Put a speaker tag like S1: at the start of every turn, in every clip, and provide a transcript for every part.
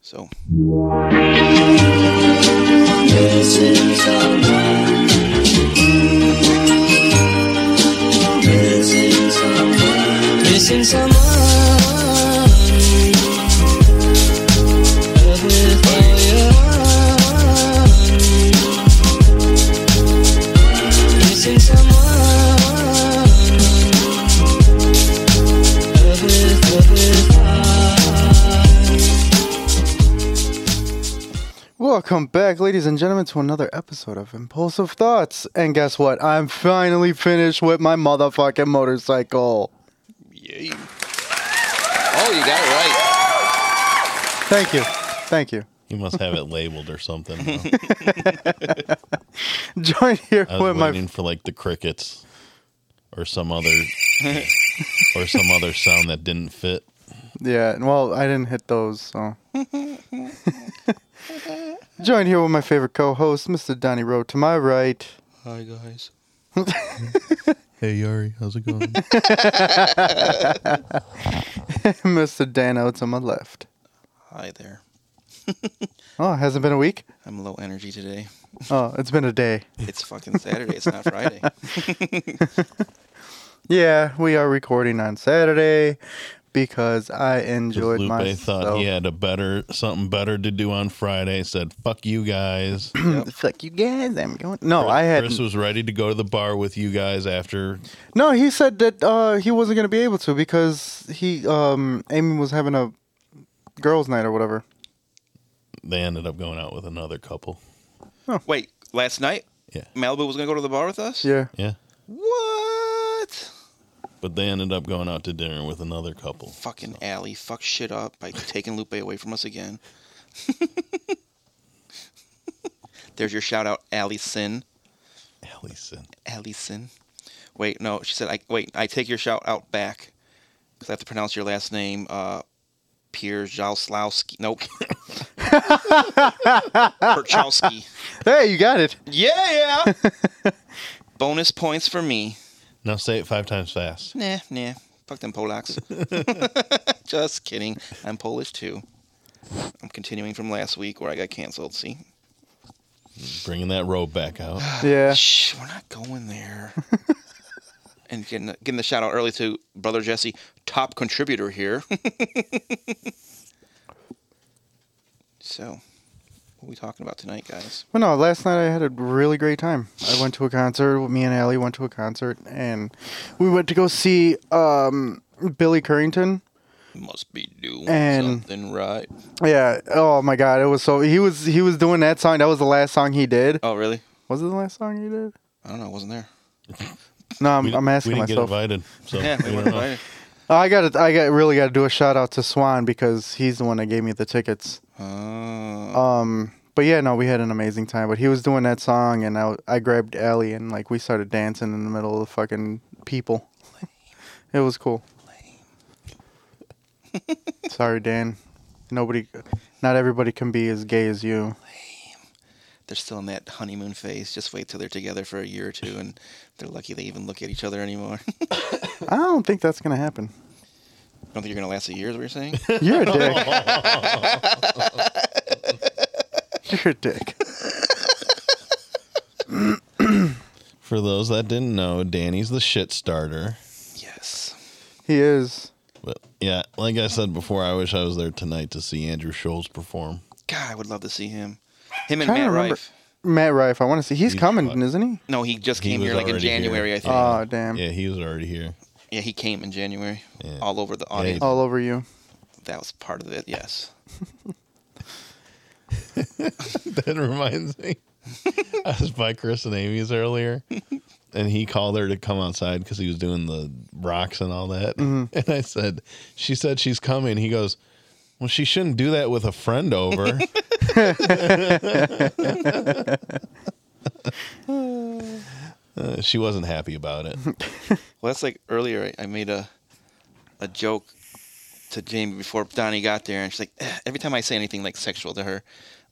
S1: So
S2: Missing someone. Love with fire. Missing someone. Love with, love with fire.
S3: Welcome back, ladies and gentlemen, to another episode of Impulsive Thoughts. And guess what? I'm finally finished with my motherfucking motorcycle.
S1: yay. Oh, you got it right.
S3: Thank you. Thank you.
S4: You must have it labeled or something. though.
S3: Join here
S4: I
S3: with
S4: was
S3: my
S4: waiting for like the crickets or some other or some other sound that didn't fit.
S3: Yeah, and well, I didn't hit those, so. Joined here with my favorite co host, Mr. Donnie Rowe, to my right.
S1: Hi guys.
S4: Hey Yari, how's it going?
S3: Mr. Dano to my left.
S1: Hi there.
S3: Oh, it hasn't been a week?
S1: I'm low energy today.
S3: Oh, it's been a day.
S1: It's fucking Saturday. It's not Friday.
S3: Yeah, we are recording on Saturday because I enjoyed
S4: Lupe
S3: myself.
S4: thought he had a better something better to do on Friday. Said fuck you guys.
S3: Fuck you guys, I'm going. No, I had.
S4: Chris was ready to go to the bar with you guys after.
S3: No, he said that uh, he wasn't going to be able to because he, um, Amy was having a girls' night or whatever.
S4: They ended up going out with another couple.
S1: Wait, last night
S4: Yeah,
S1: Malibu was gonna go to the bar with us.
S3: Yeah.
S4: yeah.
S1: What?
S4: But they ended up going out to dinner with another couple.
S1: Fucking Allie fuck shit up by taking Lupe away from us again. There's your shout out, Allison.
S4: Allison.
S1: Allison. Wait, no, she said. I wait. I take your shout out back because I have to pronounce your last name. Uh, Pierre Jalslowski. Nope. Perchowski.
S3: Hey, you got it.
S1: Yeah, yeah. Bonus points for me.
S4: Now say it five times fast.
S1: Nah, nah. Fuck them Polacks. Just kidding. I'm Polish too. I'm continuing from last week where I got canceled. See,
S4: Bringing that robe back out.
S3: Yeah.
S1: Shh, we're not going there. and getting the, getting the shout out early to brother Jesse, top contributor here. so, what are we talking about tonight, guys?
S3: Well, no, last night I had a really great time. I went to a concert. Me and Allie went to a concert, and we went to go see um, Billy Currington.
S1: Must be doing
S3: And-
S1: something right.
S3: Yeah. Oh my God, it was so he was he was doing that song. That was the last song he did.
S1: Oh, really?
S3: Was it the last song he did?
S1: I don't know. I wasn't there.
S3: No, I'm,
S4: We-
S3: I'm asking
S4: We didn't
S3: myself.
S4: get invited. So
S1: Yeah, we
S4: we
S1: weren't
S4: don't know.
S1: invited.
S3: Oh, I got to I got really got to do a shout out to Swan because he's the one that gave me the tickets.
S1: Oh,
S3: Um, but yeah, no, we had an amazing time. But he was doing that song, and I, I grabbed Allie, and like we started dancing in the middle of the fucking people. It was cool. Sorry, Dan. Nobody, not everybody can be as gay as you.
S1: they're still in that honeymoon phase. Just wait till they're together for a year or two, and they're lucky they even look at each other anymore. I
S3: I don't think that's gonna happen.
S1: don't think you're gonna last a year. Is what you're saying?
S3: You're a dick. You're a dick.
S4: For those that didn't know, Danny's the shit starter.
S1: yes.
S3: He is.
S4: But yeah, like I said before, I wish I was there tonight to see Andrew Scholes perform.
S1: God, I would love to see him. Him and
S3: Trying to
S1: Matt
S3: remember.
S1: Rife.
S3: Matt Rife. I want to see. He's
S4: He's
S3: coming,
S4: fucked.
S3: isn't he?
S1: No, he just
S4: He
S1: came
S4: was
S1: here like in
S4: already here.
S1: January, I think.
S4: Uh,
S3: Oh damn!
S4: Yeah, he was already here.
S1: yeah, he came in January,
S4: Yeah.
S1: all over the audience.
S3: All over you.
S1: That was part of it. Yes.
S4: that reminds me. I was by Chris and Amy's earlier, and he called her to come outside because he was doing the rocks and all that. And I said, She said she's coming. He goes, Well, she shouldn't do that with a friend over. Uh, she wasn't happy about it.
S1: Well, that's like earlier. I I made a a joke to Jamie before Donnie got there, and she's like, "Eh," every time I say anything like sexual to her,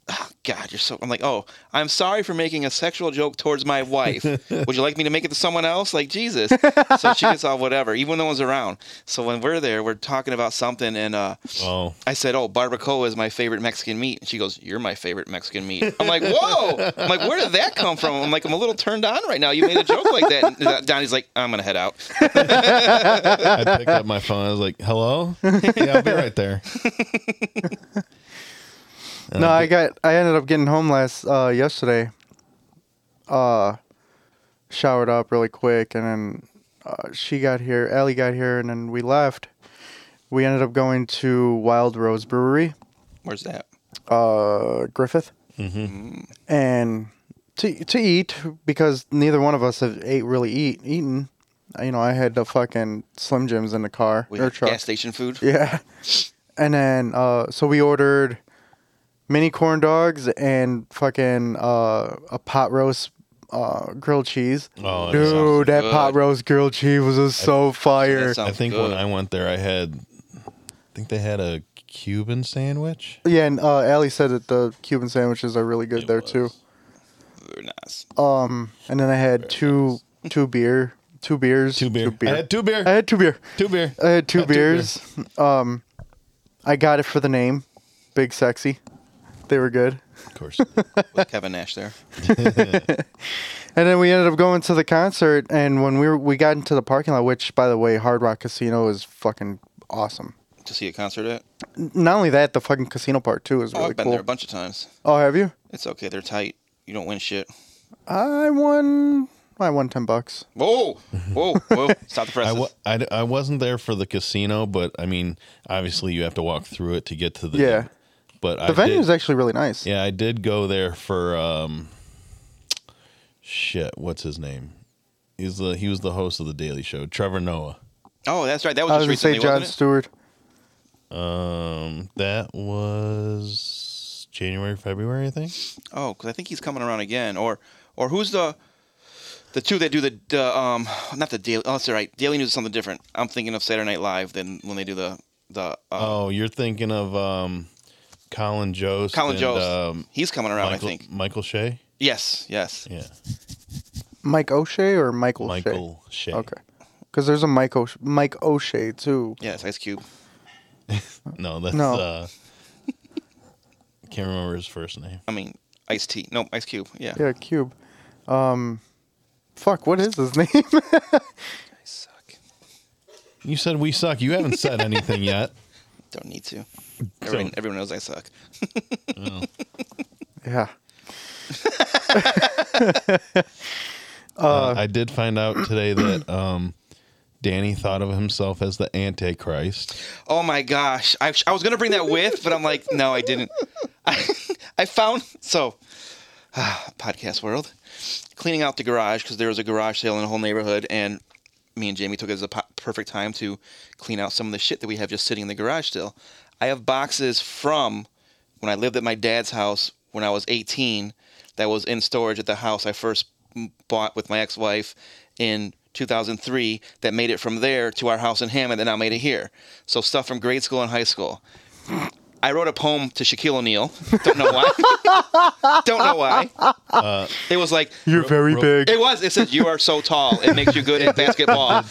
S1: oh, God, you're so. I'm like, oh, I'm sorry for making a sexual joke towards my wife. Would you like me to make it to someone else? Like Jesus. So she gets all whatever, even when no one's around. So when we're there, we're talking about something, and uh,
S4: Oh,
S1: I said, "Oh, barbacoa is my favorite Mexican meat." And she goes, "You're my favorite Mexican meat." I'm like, "Whoa!" I'm like, "Where did that come from?" I'm like, "I'm a little turned on right now. You made a joke like that." And Donnie's like, "I'm gonna head out."
S4: I picked up my phone. I was like, "Hello, yeah, I'll be right there." And
S3: No,
S4: I
S3: I got. I ended up getting home last uh, yesterday. Uh, showered up really quick, and then uh, she got here. Allie got here, and then we left. We ended up going to Wild Rose Brewery,
S1: Where's that?
S3: uh, Griffith, mm-hmm. and to to eat because neither one of us have ate really eat eaten. You know, I had the fucking Slim Jims in the car
S1: We
S3: or
S1: have
S3: truck.
S1: gas station food.
S3: Yeah. And then uh so we ordered mini corn dogs and fucking uh a pot roast uh grilled cheese.
S4: Oh, that
S3: Dude,
S1: sounds
S3: that
S1: good.
S3: pot roast grilled cheese was just so fire.
S1: sounds-
S4: I think
S1: good.
S4: when I went there, I had, I think they had a Cuban sandwich.
S3: yeah, and uh Allie said that the Cuban sandwiches are really good
S4: It
S3: there
S4: was.
S3: too.
S1: Very nice.
S3: Um and then I had two two beer two beers.
S4: Two beer. I had two beer.
S3: I had two beer.
S4: two beer.
S3: I had two
S4: Had two
S3: beers. Um I got it for the name. Big sexy. They were good.
S4: Of course.
S1: With Kevin Nash there.
S3: And then we ended up going to the concert, and when we were, we got into the parking lot, which by the way, Hard Rock Casino is fucking awesome.
S1: To see a concert at?
S3: N- Not only that, the fucking casino part too is
S1: Oh,
S3: really
S1: I've been
S3: cool.
S1: there a bunch of times.
S3: oh, have you?
S1: It's okay. They're tight. You don't win shit.
S3: I won. I won ten bucks.
S1: Whoa, whoa, whoa! Stop the
S4: I,
S1: presses.
S4: wa- I, d- I wasn't there for the casino, but I mean, obviously you have to walk through it to get to the
S3: Yeah.
S4: But I
S3: The venue is
S4: did,
S3: actually really nice.
S4: yeah, I did go there for um, shit. What's his name? He's the he was the host of the Daily Show, Trevor Noah.
S1: oh, that's right. That was
S3: I was
S1: just
S3: gonna say
S1: recently,
S3: John
S1: wasn't
S3: Stewart.
S4: Um, that was January, February, I think.
S1: it? Oh, because I think he's coming around again. Or, or who's the the two that do the, the um not the daily? Oh, that's right. Daily News is something different. I'm thinking of Saturday Night Live than when they do the the uh,
S4: Oh, you're thinking of um, Colin Jost.
S1: Colin
S4: and,
S1: Jost.
S4: Um,
S1: he's coming around,
S4: Michael,
S1: I think.
S4: Michael Shea.
S1: Yes, yes.
S4: Yeah,
S3: Mike O'Shea or Michael?
S4: Michael Shea.
S3: Shea? Okay. Because there's a Mike O'Shea, Mike O'Shea too.
S1: Yes, Ice Cube.
S4: No, that's
S3: No.
S4: uh can't remember his first name.
S1: I mean, Ice T. No, Ice Cube. Yeah.
S3: Yeah, Cube. Um, fuck. What is his name?
S1: I suck.
S4: You said we suck. You haven't said anything yet.
S1: Don't need to. Everyone, everyone knows I suck.
S3: yeah.
S4: Uh, I did find out today that um Danny thought of himself as the Antichrist.
S1: Oh my gosh. I, I was going to bring that with, but I'm like, no, I didn't. I, I found, so, podcast world, cleaning out the garage because there was a garage sale in the whole neighborhood. And me and Jamie took it as a po- perfect time to clean out some of the shit that we have just sitting in the garage still. I have boxes from when I lived at my dad's house when I was 18 that was in storage at the house I first m- bought with my ex wife in 2003 that made it from there to our house in Hammond and now made it here. So stuff from grade school and high school. I wrote a poem to Shaquille O'Neal. Don't know why. Don't know why. it was like,
S3: You're very big.
S1: it was. It said, "You are so tall. It makes you good at basketball."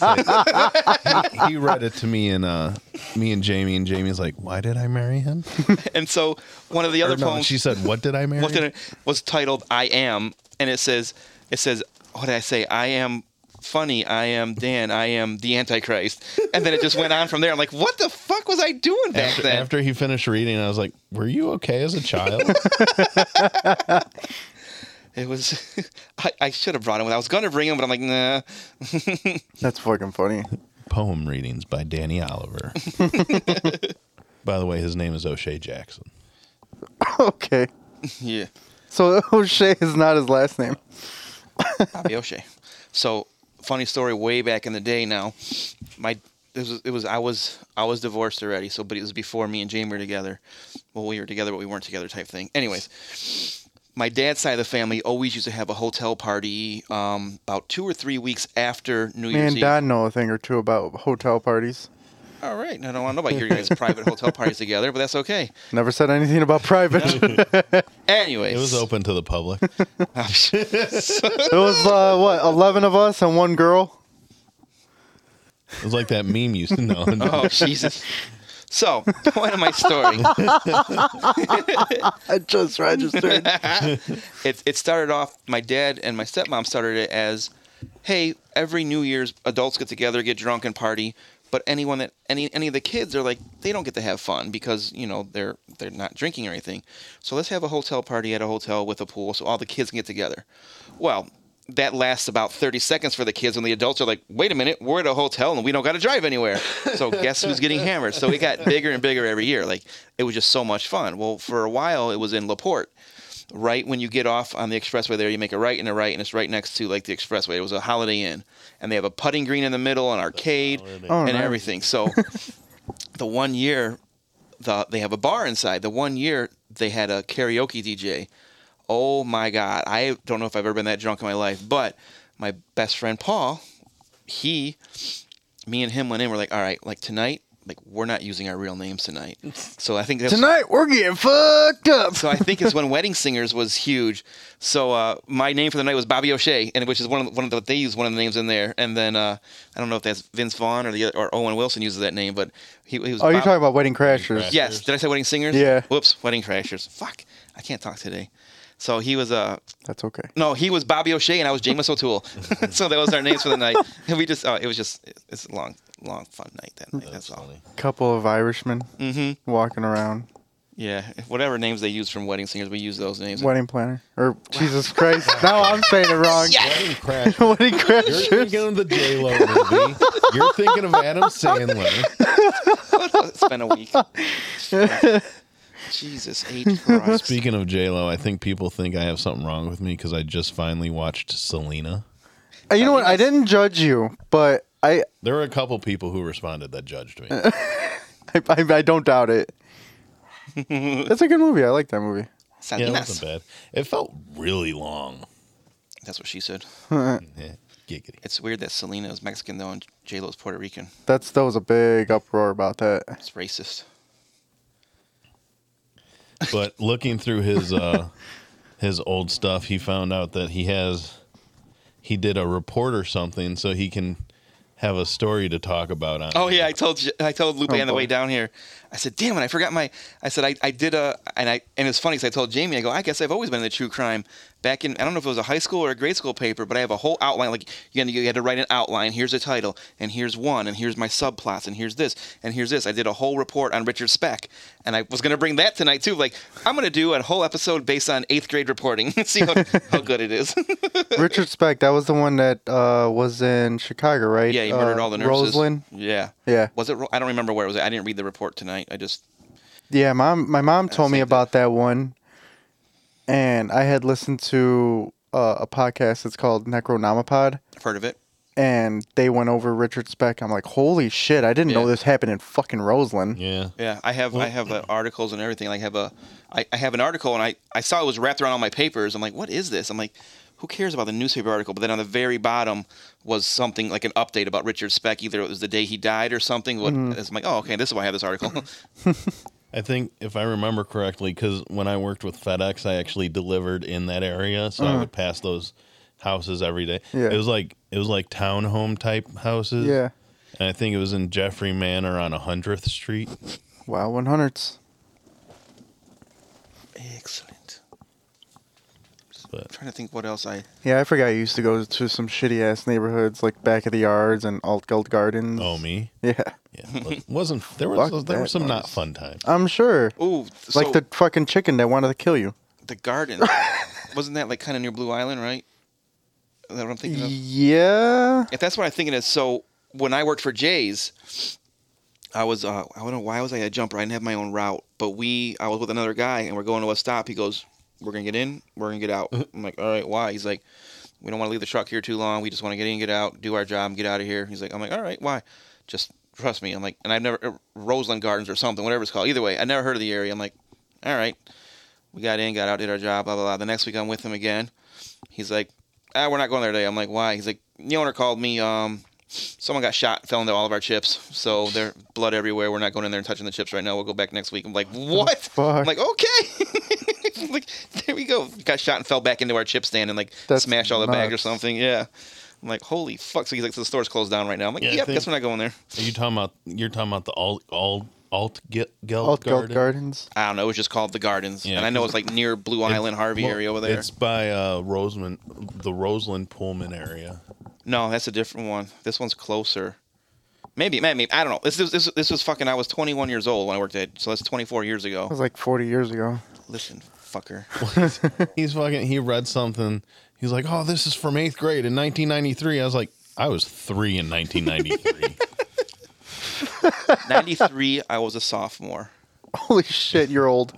S4: He read it to me and uh me and Jamie and Jamie's like, "Why did I marry him?"
S1: And so one of the
S4: Or
S1: other
S4: no,
S1: poems
S4: she said, "What did I marry?"
S1: looked at it was titled "I Am," and it says, "It says what did I say? I am funny. I am Dan. I am the Antichrist." And then it just went on from there. I'm like, "What the fuck was I doing back
S4: after,
S1: then?"
S4: after he finished reading, I was like, "Were you okay as a child?"
S1: It was. I, I should have brought him. I was gonna bring him, but I'm like, nah.
S3: That's fucking funny.
S4: Poem readings by Danny Oliver. by the way, his name is O'Shea Jackson.
S3: okay.
S1: Yeah.
S3: So O'Shea is not his last name.
S1: Bobby O'Shea. So funny story. Way back in the day, now my it was, it was I was I was divorced already. So, but it was before me and Jamie were together. Well, we were together, but we weren't together, type thing. Anyways, my dad's side of the family always used to have a hotel party um, about two or three weeks after New
S3: Me
S1: Year's
S3: and
S1: Eve.
S3: Don know a thing or two about hotel parties.
S1: All right. I don't want to know about your guys' private hotel parties together, but that's okay.
S3: Never said anything about private. it
S1: Anyways, Oh,
S4: It was open to the public.
S3: was uh, what eleven of us and one girl.
S4: It was like that meme you used to know.
S1: oh Jesus. So, point of my story.
S3: I just registered.
S1: it, it started off my dad and my stepmom started it as hey every new year's adults get together get drunk and party but anyone that any any of the kids are like they don't get to have fun because you know they're they're not drinking or anything so let's have a hotel party at a hotel with a pool so all the kids can get together well that lasts about 30 seconds for the kids and the adults are like wait a minute we're at a hotel and we don't got to drive anywhere so guess who's getting hammered so it got bigger and bigger every year like it was just so much fun well for a while it was in laporte right when you get off on the expressway there, you make a right and a right, and it's right next to like the expressway. It was a Holiday Inn, and they have a putting green in the middle, an arcade,
S3: Oh,
S1: and
S3: nice.
S1: everything. So, the one year, the they have a bar inside. The one year they had a karaoke DJ. Oh my God, I don't know if I've ever been that drunk in my life, but my best friend Paul, he me and him went in. We're like, all right, like tonight, like we're not using our real names tonight. So I think that's
S3: Tonight we're getting fucked up.
S1: so I think it's when Wedding Singers was huge. So uh, my name for the night was Bobby O'Shea, and which is one of the, one of the they use one of the names in there. And then uh, I don't know if that's Vince Vaughn or the other, or Owen Wilson uses that name, but he, he was.
S3: Oh, you're
S1: Bob-
S3: talking about Wedding Crashers.
S4: Crashers.
S1: Yes. Did I say Wedding Singers?
S3: Yeah.
S1: Whoops. Wedding Crashers. Fuck. I can't talk today. So he was uh
S3: That's okay.
S1: no he was Bobby O'Shea and I was Jameis O'Toole. so that was our names for the night. And we just oh it was just it's a long long fun night that night. That's,
S4: That's
S1: all.
S4: funny.
S3: Couple of Irishmen walking around.
S1: Yeah. Whatever names they use from Wedding Singers, we use those names.
S3: Wedding planner or Jesus Christ. now I'm saying it wrong.
S4: Wedding crash.
S3: Wedding
S4: You're
S3: Crashers.
S4: thinking of the J Lo movie. You're thinking of Adam Sandler.
S1: it's been a week. Jesus H. Christ.
S4: Speaking of J Lo, I think people think I have something wrong with me because I just finally watched Selena.
S3: Uh, You know what? I didn't judge you, but I
S4: There were a couple people who responded that judged me.
S3: I, I, I don't doubt it. That's a good movie. I like that movie.
S4: Yeah, it
S1: Salinas.
S4: wasn't bad. It felt really long.
S1: That's what she said.
S4: Yeah, giggity.
S1: It's weird that Selena is Mexican though and J Lo's Puerto Rican.
S3: That's that was a big uproar about that.
S1: It's racist.
S4: But looking through his uh, his old stuff, he found out that he has he did a report or something, so he can have a story to talk about on.
S1: Oh yeah, I told J- I told Lupe
S3: Oh,
S1: on the
S3: boy.
S1: way down here. I said, "Damn it, I forgot my." I said, "I, I did a," and I and it's funny because I told Jamie, I go, "I guess I've always been into true crime." Back in I don't know if it was a high school or a grade school paper, but I have a whole outline. Like you had to, you had to write an outline. Here's a title, and here's one, and here's my subplots, and here's this, and here's this. I did a whole report on Richard Speck, and I was gonna bring that tonight too. Like I'm gonna do a whole episode based on eighth grade reporting. See how, how good it is.
S3: Richard Speck, that was the one that uh, was in Chicago, right?
S1: yeah, he murdered
S3: Uh,
S1: all the nurses.
S3: Roseland.
S1: Yeah.
S3: Yeah,
S1: Was it? Ro- I don't remember where it was. I didn't read the report tonight. I just
S3: yeah. Mom, my mom told me
S1: saved it.
S3: about that one, and I had listened to uh, a podcast. It's called Necronomipod,
S1: heard of it.
S3: and they went over Richard Speck. I'm like, holy shit! I didn't know
S1: Yeah.
S3: this happened in fucking Roseland.
S4: yeah.
S1: Yeah, I have I have uh, articles and everything. I have a I, I have an article and I, I saw it was wrapped around all my papers. I'm like, what is this? I'm like, who cares about the newspaper article? But then on the very bottom was something like an update about Richard Speck. Either it was the day he died or something. What
S3: Mm.
S1: it's I'm like, oh okay, this is why I have this article.
S4: I think if I remember correctly, because when I worked with FedEx, I actually delivered in that area, so I would pass those houses every day.
S3: Uh-huh. Yeah.
S4: It was like it was like townhome type houses.
S3: Yeah.
S4: and I think it was in Jeffrey Manor on Hundredth Street.
S3: Wow, 100s.
S1: Excellent. I'm
S4: But
S1: trying to think what else I
S3: Yeah, I forgot you used to go to some shitty ass neighborhoods like back of the yards and alt Gold gardens.
S4: oh me,
S3: Yeah,
S4: yeah, it wasn't there was
S3: Fuck
S4: there were
S3: that
S4: some not
S3: noise.
S4: fun times.
S3: I'm sure.
S1: Ooh,
S3: like
S1: so
S3: the fucking chicken that wanted to kill you.
S1: the garden. Wasn't that like kind of near Blue Island, right? Is that what I'm thinking of?
S3: Yeah.
S1: if that's what I'm thinking is, so when I worked for Jay's, I was uh, I don't know why was I a jumper. I didn't have my own route, but we I was with another guy and we're going to a stop. He goes, "We're gonna get in, we're gonna get out." I'm like, "All right, why?" He's like, "We don't want to leave the truck here too long. We just want to get in, get out, do our job, and get out of here." He's like, "I'm like, all right, why?" Just trust me. I'm like, and I've never uh, Roseland Gardens or something, whatever it's called. Either way, I never heard of the area. I'm like, all right. We got in, got out, did our job, blah blah blah. The next week I'm with him again. He's like, ah, we're not going there today. I'm like, why? He's like, the owner called me. Um, someone got shot and fell into all of our chips. So there's blood everywhere. We're not going in there and touching the chips right now. We'll go back next week. I'm like, what?
S3: fuck?
S1: I'm like, okay. I'm like, there we go. Got shot and fell back into our chip stand and like
S3: That's
S1: smashed all the bags or
S3: nuts.
S1: something. Yeah. I'm like, holy fuck. So he's like, so the store's closed down right now. I'm like,
S4: Yeah, I
S1: yep, guess
S4: think-
S1: we're not going there.
S4: Are you talking about you're talking about the alt alt alt gel
S3: Alt Geld
S4: garden?
S3: Gardens.
S1: I don't know. It was just called the Gardens.
S4: Yeah,
S1: and I know
S4: 'cause
S1: it's like near Blue Island, Harvey
S4: Well,
S1: area over there.
S4: It's by uh Roseman the Roseland Pullman area.
S1: No, that's a different one. This one's closer. Maybe, maybe I don't know. This is this, this was fucking. I was 21 years old when I worked at, so that's 24 years
S3: That
S1: ago.
S3: was like 40 years ago.
S1: Listen, fucker.
S4: He's fucking he read something. He's like, "Oh, this is from 8th grade in 1993." I was like, "I was 3 in 1993."
S1: 93, I was a sophomore.
S3: Holy shit, you're old.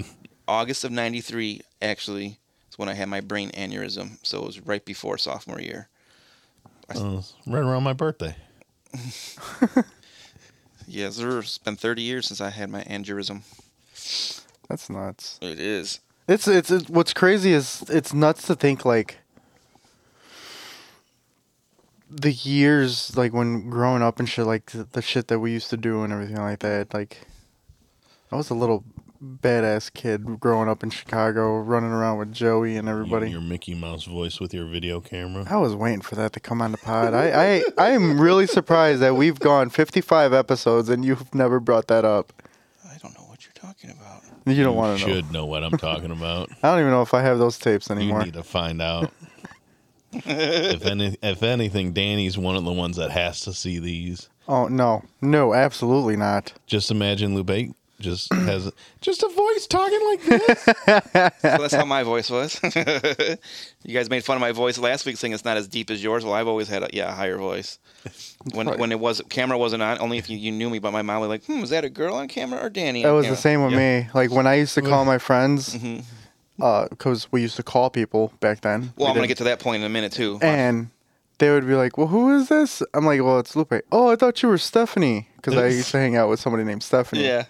S1: August of 93, actually, is when I had my brain aneurysm. So it was right before sophomore year.
S4: Uh, it's right around my birthday.
S1: Yes, sir. It's been 30 years since I had my aneurysm.
S3: That's nuts.
S1: It is.
S3: It's it's it, what's crazy is it's nuts to think like the years like when growing up and shit like the, the shit that we used to do and everything like that like I was a little badass kid growing up in Chicago running around with Joey and everybody.
S4: Your, your Mickey Mouse voice with your video camera.
S3: I was waiting for that to come on the pod. I, I I am really surprised that we've gone 55 episodes and you've never brought that up.
S1: I don't know what you're talking about.
S3: You don't
S4: You
S3: want to know.
S4: should know. what I'm talking about.
S3: I don't even know if I have those tapes
S4: you
S3: anymore.
S4: need to find out. if any, if anything, Danny's one of the ones that has to see these.
S3: Oh no, no, absolutely not.
S4: Just imagine Lubake just has just a voice talking like this.
S1: So that's how my voice was. you guys made fun of my voice last week, saying it's not as deep as yours. Well, I've always had a yeah a higher voice. When when it was camera wasn't on, only if you, you knew me. But my mom was like, "Hmm, is that a girl on camera or Danny?"
S3: That
S1: on
S3: was the
S1: camera?"
S3: same with
S4: Yeah.
S3: me. Like when I used to call my friends,
S1: Mm-hmm.
S3: because we used to call people back then.
S1: Well,
S3: We
S1: I'm gonna
S3: did.
S1: get to that point in a minute too.
S3: And they would be like, "Well, who is this?" I'm like, "Well, it's Lupe." Oh, I thought you were Stephanie, because I used to hang out with somebody named Stephanie.
S1: yeah.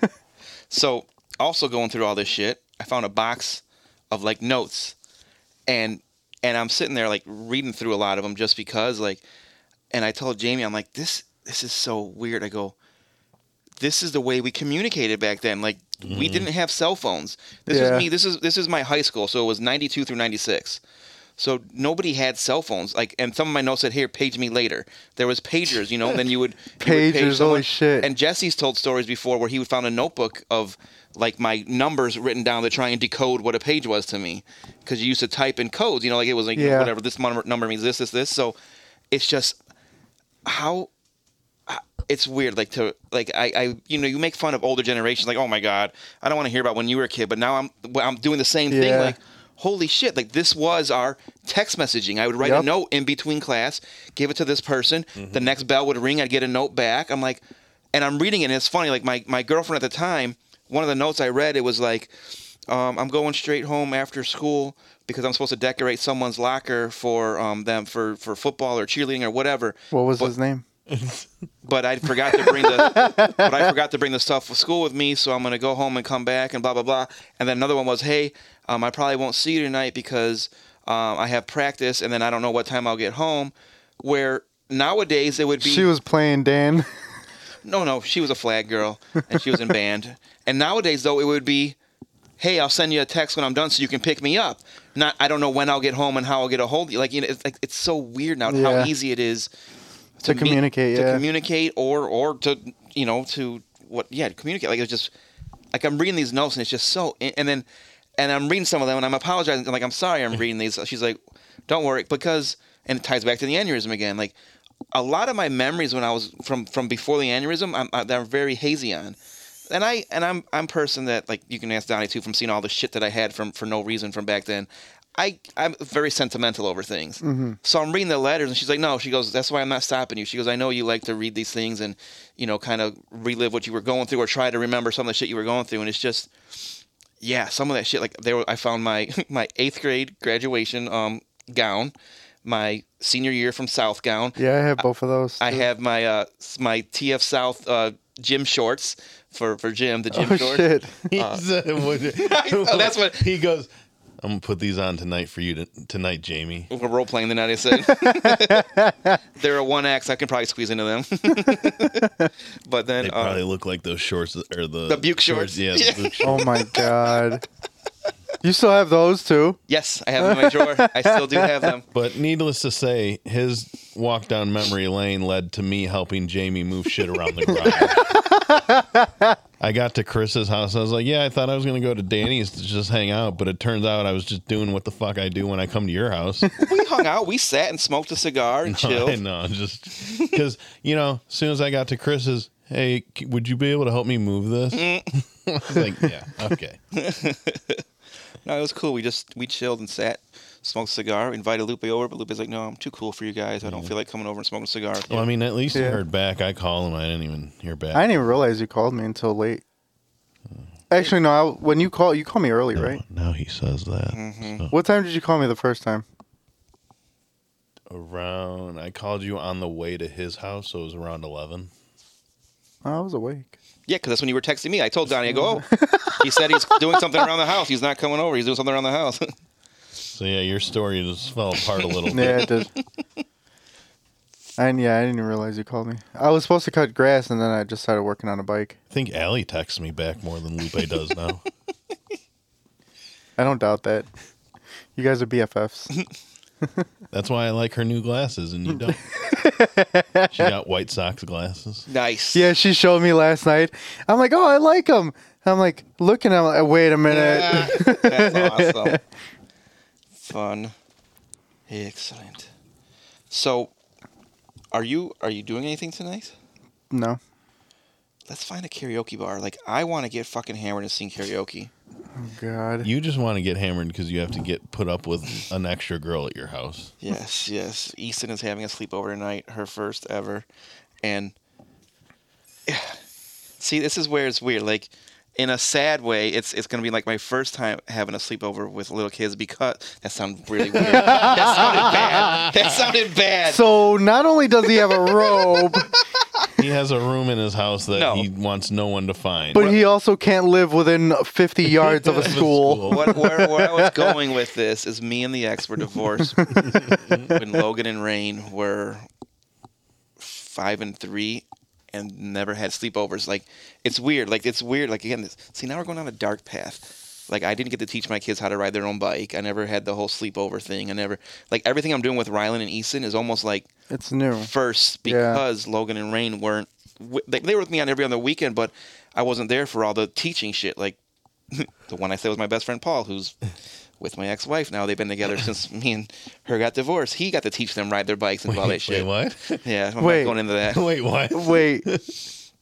S1: so also going through all this shit, I found a box of like notes, and and I'm sitting there like reading through a lot of them just because like, and I told Jamie I'm like this this is so weird. I go, this is the way we communicated back then. Like we didn't have cell phones. This
S3: Mm-hmm. Yeah.
S1: is me. This is this is my high school. So it was 92 through 96. So nobody had cell phones. Like, and some of my notes said, "Here, page me later." There was pagers, you know. And then you would you would
S3: Pagers, holy
S1: someone.
S3: shit.
S1: And Jesse's told stories before where he would found a notebook of like my numbers written down to try and decode what a page was to me, because you used to type in codes, you know, like it was like you know,
S3: Yeah.
S1: whatever this number, number means this, this, this. So it's just how uh, it's weird like to like I, I you know you make fun of older generations like oh my god i don't want to hear about when you were a kid but now i'm well, i'm doing the same thing
S3: Yeah.
S1: like holy shit like this was our text messaging i would write a
S3: Yep.
S1: note in between class give it to this person the next bell would ring i'd get a note back i'm like and i'm reading it and it's funny like my, my girlfriend at the time one of the notes i read it was like um, i'm going straight home after school because i'm supposed to decorate someone's locker for um, them for, for football or cheerleading or whatever
S3: What was
S1: But-
S3: his name?
S1: but I forgot to bring the but I forgot to bring the stuff for school with me, so I'm gonna go home and come back and blah blah blah. And then another one was, hey, um, I probably won't see you tonight because um, I have practice, and then I don't know what time I'll get home. Where nowadays it would be
S3: She was playing Dan.
S1: no no she was a flag girl and she was in band, and nowadays though it would be. Hey, I'll send you a text when I'm done, so you can pick me up. Not, I don't know when I'll get home and how I'll get a hold of you. Like, you know, it's like it's so weird now
S3: Yeah.
S1: how easy it is
S3: To
S1: meet-
S3: communicate, yeah.
S1: to communicate or or to you know to what yeah to communicate like it's just like i'm reading these notes and it's just so and then and i'm reading some of them and i'm apologizing I'm like i'm sorry i'm reading these she's like don't worry because and it ties back to the aneurysm again like a lot of my memories when i was from from before the aneurysm i'm, I, am i am very hazy on and I and I'm I'm a person that like you can ask Donnie too from seeing all the shit that I had from for no reason from back then. I I'm very sentimental over things. So I'm reading the letters and she's like, no, she goes, that's why I'm not stopping you. She goes, I know you like to read these things and you know kind of relive what you were going through or try to remember some of the shit you were going through. And it's just yeah, some of that shit. Like there, were- I found my my eighth grade graduation um gown, my senior year from South gown.
S3: Yeah, I have both of those.
S1: I
S3: too.
S1: have my uh s- my TF South uh gym shorts for for gym the gym
S3: Oh
S1: shorts.
S3: shit!
S4: He said, what-
S1: know, uh, Oh, that's what-
S4: he goes. I'm gonna put these on tonight for you to, tonight, Jamie.
S1: We're role playing the night I said. They're a one X. I can probably squeeze into them. but then,
S4: They
S1: uh,
S4: probably look like those shorts or the
S1: The Buke shorts.
S4: Yeah,
S1: Yeah.
S4: the Buke shorts.
S3: Oh my god. You still have those too?
S1: yes, I have them in my drawer. I still do have them.
S4: But needless to say, his walk down memory lane led to me helping Jamie move shit around the garage. I got to Chris's house. I was like, "Yeah, I thought I was gonna go to Danny's to just hang out, but it turns out I was just doing what the fuck I do when I come to your house."
S1: We hung out. We sat and smoked a cigar and
S4: I
S1: chilled.
S4: know, just because you know, as soon as I got to Chris's, hey, c- would you be able to help me move this? I was like, yeah, okay.
S1: No, it was cool. We just we chilled and sat, smoked a cigar, invited Lupe over, but Lupe's like, "No, I'm too cool for you guys. I don't feel like coming over and smoking a cigar." with you."
S4: Well, I mean, at least he
S3: Yeah.
S4: heard back. I called him. I didn't even hear back.
S3: I didn't even realize you called me until late. Actually, no. I, when you call, you called me early,
S4: No,
S3: right?
S4: Now he says that.
S1: Mm. Mm-hmm.
S4: So,
S3: What time did you call me the first time?
S4: around, I called you on the way to his house, so it was around 11.
S3: Oh, I was awake.
S1: Yeah, because that's when you were texting me. I told Donnie, I go, oh. he said he's doing something around the house. He's not coming over. He's doing something around the house.
S4: So, yeah, your story just fell apart a little bit.
S3: Yeah, it did. And yeah, I didn't even realize you called me. I was supposed to cut grass, and then I just started working on a bike.
S4: I think Allie texts me back more than Lupe does now.
S3: I don't doubt that. You guys are BFFs.
S4: That's why I like her new glasses, and you don't. she got White Sox glasses.
S1: nice.
S3: yeah, she showed me last night. I'm like, oh, I like them. I'm like, looking. I'm like, wait a minute.
S1: Yeah, That's awesome. Fun. Excellent. So, are you are you doing anything tonight?
S3: No,
S1: Let's find a karaoke bar. Like I want to get fucking hammered and sing karaoke.
S3: God.
S4: You just want to get hammered because you have to get put up with an extra girl at your house.
S1: Yes, yes. Easton is having a sleepover tonight, her first ever, and see, this is where it's weird. Like in a sad way, it's it's gonna be like my first time having a sleepover with little kids because that sounded really weird. that sounded bad. That sounded bad.
S3: so not only does he have a robe,
S4: He has a room in his house that
S1: No.
S4: he wants no one to find.
S3: but he also can't live within 50 yards of a
S4: Of a
S3: school.
S1: what, where, where I was going with this is me and the ex were divorced when Logan and Rain were five and three and never had sleepovers. Like, it's weird. Like, it's weird. Like, again, this, see, now we're going on a dark path. Like, I didn't get to teach my kids how to ride their own bike. I never had the whole sleepover thing. I never, like, everything I'm doing with Rylan and Easton is almost like
S3: It's new.
S1: first
S3: Yeah.
S1: because Logan and Rain weren't. wi- They, they were with me on every other weekend, but I wasn't there for all the teaching shit. Like the one I said was my best friend Paul, who's with my ex-wife now. They've been together since me and her got divorced. He got to teach them ride their bikes and all that
S4: Wait,
S1: shit.
S4: what?
S1: Yeah, I'm not
S3: Wait.
S1: going into that.
S4: Wait, what?
S3: Wait.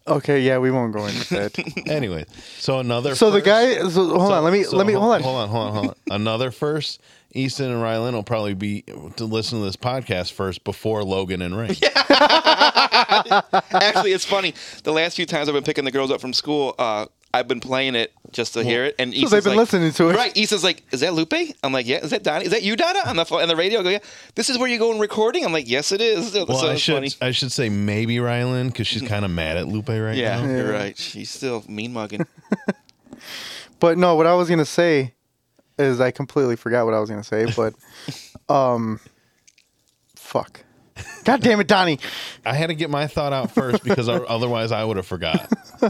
S3: Okay, yeah, we won't go into that.
S4: anyway, so another.
S3: So the
S4: first-
S3: guy. So, hold
S4: so-
S3: on. Let me.
S4: so
S3: let me. Hold on.
S4: Hold on. Hold on. Hold on. another first. Easton and Rylan will probably be to listen to this podcast first before Logan and Ray.
S1: Actually, it's funny. The last few times I've been picking the girls up from school, uh, I've been playing it just to hear it, and
S3: So they've been
S1: like,
S3: listening to it.
S1: Right. Issa's like, is that Lupe? I'm like, yeah. Is that Donnie? Is that you, Donna? On the phone, on the radio, I go, yeah. This is where you go and recording. I'm like, yes, it is. So,
S4: Well,
S1: so
S4: I
S1: it's
S4: should
S1: funny.
S4: I should say maybe Rylan because she's kind of mad at Lupe right
S1: Yeah,
S4: now.
S1: you're
S3: Yeah.
S1: right. She's still mean mugging.
S3: But no, what I was gonna say is I completely forgot what I was gonna say. But, um, fuck. God damn it, Donnie.
S4: I had to get my thought out first because o- otherwise I would have forgot.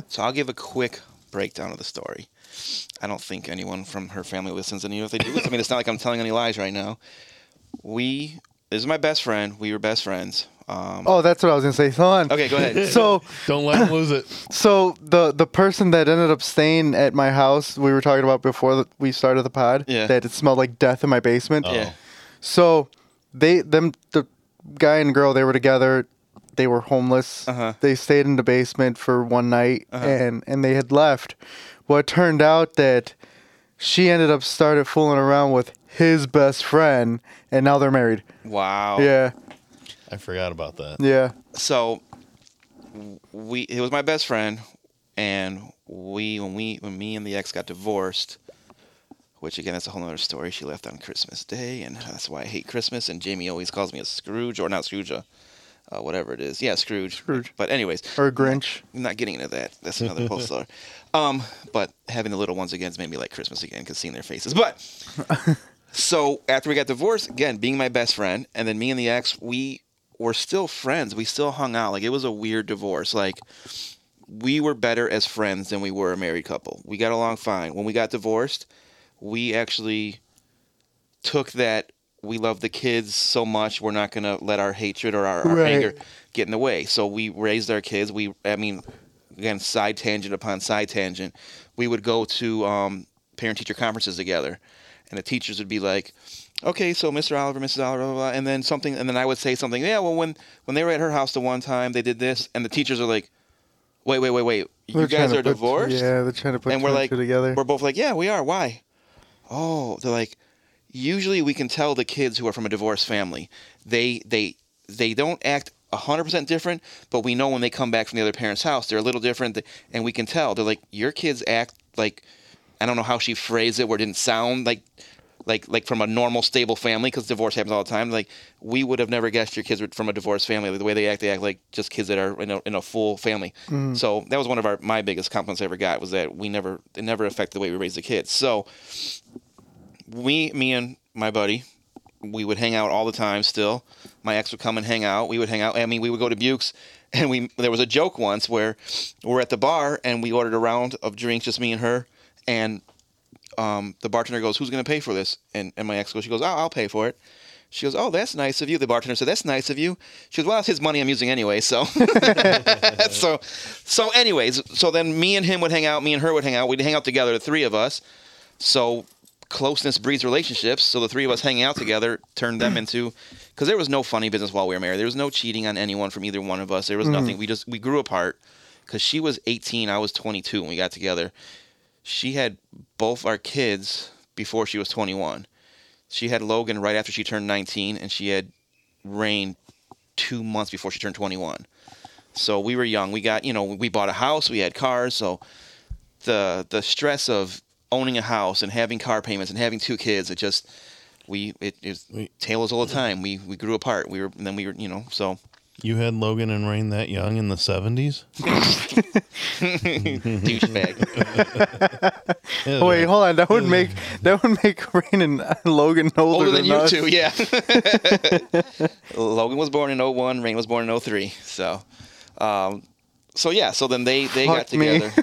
S1: so I'll give a quick breakdown of the story. I don't think anyone from her family listens, and even if they do, I mean, it's not like I'm telling any lies right now. We, this is my best friend. We were best friends. Um,
S3: Oh, that's what I was gonna say. Hold on.
S1: Okay, go ahead.
S3: So,
S4: Don't let him lose it.
S3: so the the person that ended up staying at my house, we were talking about before the, we started the pod,
S1: Yeah. Oh.
S3: that it smelled like death in my basement.
S1: Yeah.
S3: So they them the guy and girl they were together. They were homeless.
S1: Uh-huh.
S3: They stayed in the basement for one night and and they had left. Well, it turned out that she ended up started fooling around with his best friend and now they're married.
S1: Wow.
S3: Yeah.
S4: I forgot about that.
S3: Yeah.
S1: so w- we it was my best friend and we when we when me and the ex got divorced which again that's a whole other story she left on christmas day and that's why i hate christmas and jamie always calls me a scrooge or not scrooge a uh, whatever it is. Yeah, Scrooge.
S3: Scrooge.
S1: But anyways,
S3: Or Grinch.
S1: I'm not getting into that. That's another whole story. Um, but having the little ones again has made me like Christmas again because seeing their faces. But so after we got divorced, again being my best friend, and then me and the ex, we were still friends. We still hung out. Like it was a weird divorce. Like we were better as friends than we were a married couple. We got along fine. When we got divorced, we actually took that we love the kids so much we're not going to let our hatred or our, our
S3: Right.
S1: anger get in the way. So we raised our kids. We I mean again side tangent upon side tangent. We would go to um, parent teacher conferences together and the teachers would be like okay so mr oliver mrs oliver blah, blah, blah, and then something and then i would say something yeah well when when they were at her house the one time they did this and the teachers are like wait wait wait wait you
S3: They're trying
S1: guys
S3: to
S1: are
S3: put-
S1: divorced
S3: Yeah, they're trying to put
S1: and we're
S3: two
S1: like
S3: two together.
S1: we're both like yeah we are why oh they're like usually we can tell the kids who are from a divorced family they they they don't act 100% different but we know when they come back from the other parent's house they're a little different th- and we can tell they're like your kids act like i don't know how she phrased it where it didn't sound like like like from a normal stable family because divorce happens all the time like we would have never guessed your kids were from a divorced family the way they act they act like just kids that are in a, in a full family so that was one of our my biggest compliments i ever got was that we never it never affected the way we raised the kids so we, me and my buddy, we would hang out all the time. Still, my ex would come and hang out. We would hang out. I mean, we would go to Bukes, and we there was a joke once where we're at the bar and we ordered a round of drinks, just me and her, and um, the bartender goes, "Who's going to pay for this?" And and my ex goes, "She goes, oh, I'll pay for it." She goes, "Oh, that's nice of you." The bartender said, "That's nice of you." She goes, "Well, that's his money I'm using anyway." So, so, so, anyways, so then me and him would hang out. Me and her would hang out. We'd hang out together, the three of us. So closeness breeds relationships. So the three of us hanging out together turned them into because there was no funny business while we were married. There was no cheating on anyone from either one of us. There was nothing. We just we grew apart because she was 18, I was 22 when we got together. She had both our kids before she was 21. She had Logan right after she turned 19, and she had Rain two months before she turned 21. So we were young. We got, you know, we bought a house, we had cars. So the the stress of owning a house and having car payments and having two kids, it just we it is
S4: We-
S1: tail us all the time. We we grew apart. We were and then we were, you know, so
S4: You had Logan and Rain that young in the 70s?
S1: douchebag.
S4: Yeah,
S3: Oh, Wait, hold on. That would make that would make Rain and Logan older,
S1: Older than you
S3: us.
S1: two, yeah. Logan was born in 01, Rain was born in 03. So um so yeah, so then they they got
S3: Fuck me.
S1: together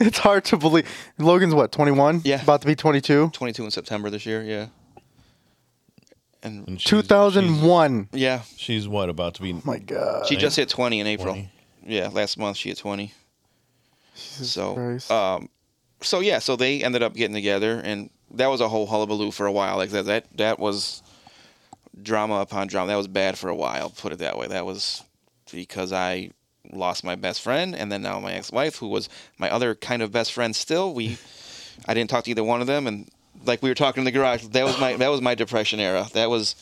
S3: It's hard to believe. Logan's what, 21?
S1: Yeah.
S3: About to be 22?
S1: 22 in September this year, yeah. And
S4: And she's-
S3: 2001.
S1: Yeah,
S4: She's, she's what, about to be.
S3: Oh my God.
S1: she just hit 20 in April.
S4: 20.
S1: Yeah, last month she hit 20. so,
S3: Christ.
S1: um, so yeah, so they ended up getting together, and that was a whole hullabaloo for a while. Like that, that that was drama upon drama. That was bad for a while. Put it that way. That was because I lost my best friend, and then now my ex-wife, who was my other kind of best friend still. We, I didn't talk to either one of them, and like we were talking in the garage, that was my that was my depression era. That was.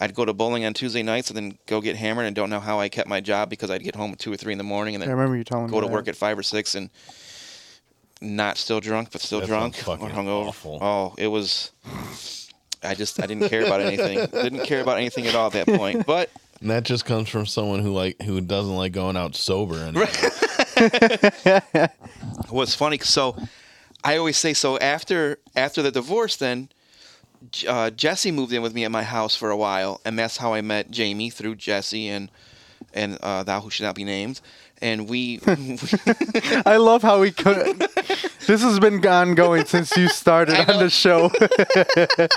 S1: I'd go to bowling on Tuesday nights and then go get hammered and don't know how I kept my job because I'd get home at two or three in the morning and
S3: I
S1: then
S3: remember you telling me.
S1: go to
S3: that.
S1: work at five or six and not still drunk, but still
S4: That sounds
S1: drunk
S4: fucking
S1: or hungover.
S4: awful.
S1: Oh, it was. I just I didn't care about anything. didn't care about anything at all at that point. But
S4: And that just comes from someone who like who doesn't like going out sober. Anymore.
S1: what's funny? So I always say so after after the divorce, then J- uh, Jesse moved in with me at my house for a while, and that's how I met Jamie through Jesse and and uh, thou who should not be named. And we
S3: I love how we could. this has been ongoing since you started
S1: I
S3: on
S1: know. Uh-huh.
S3: the show.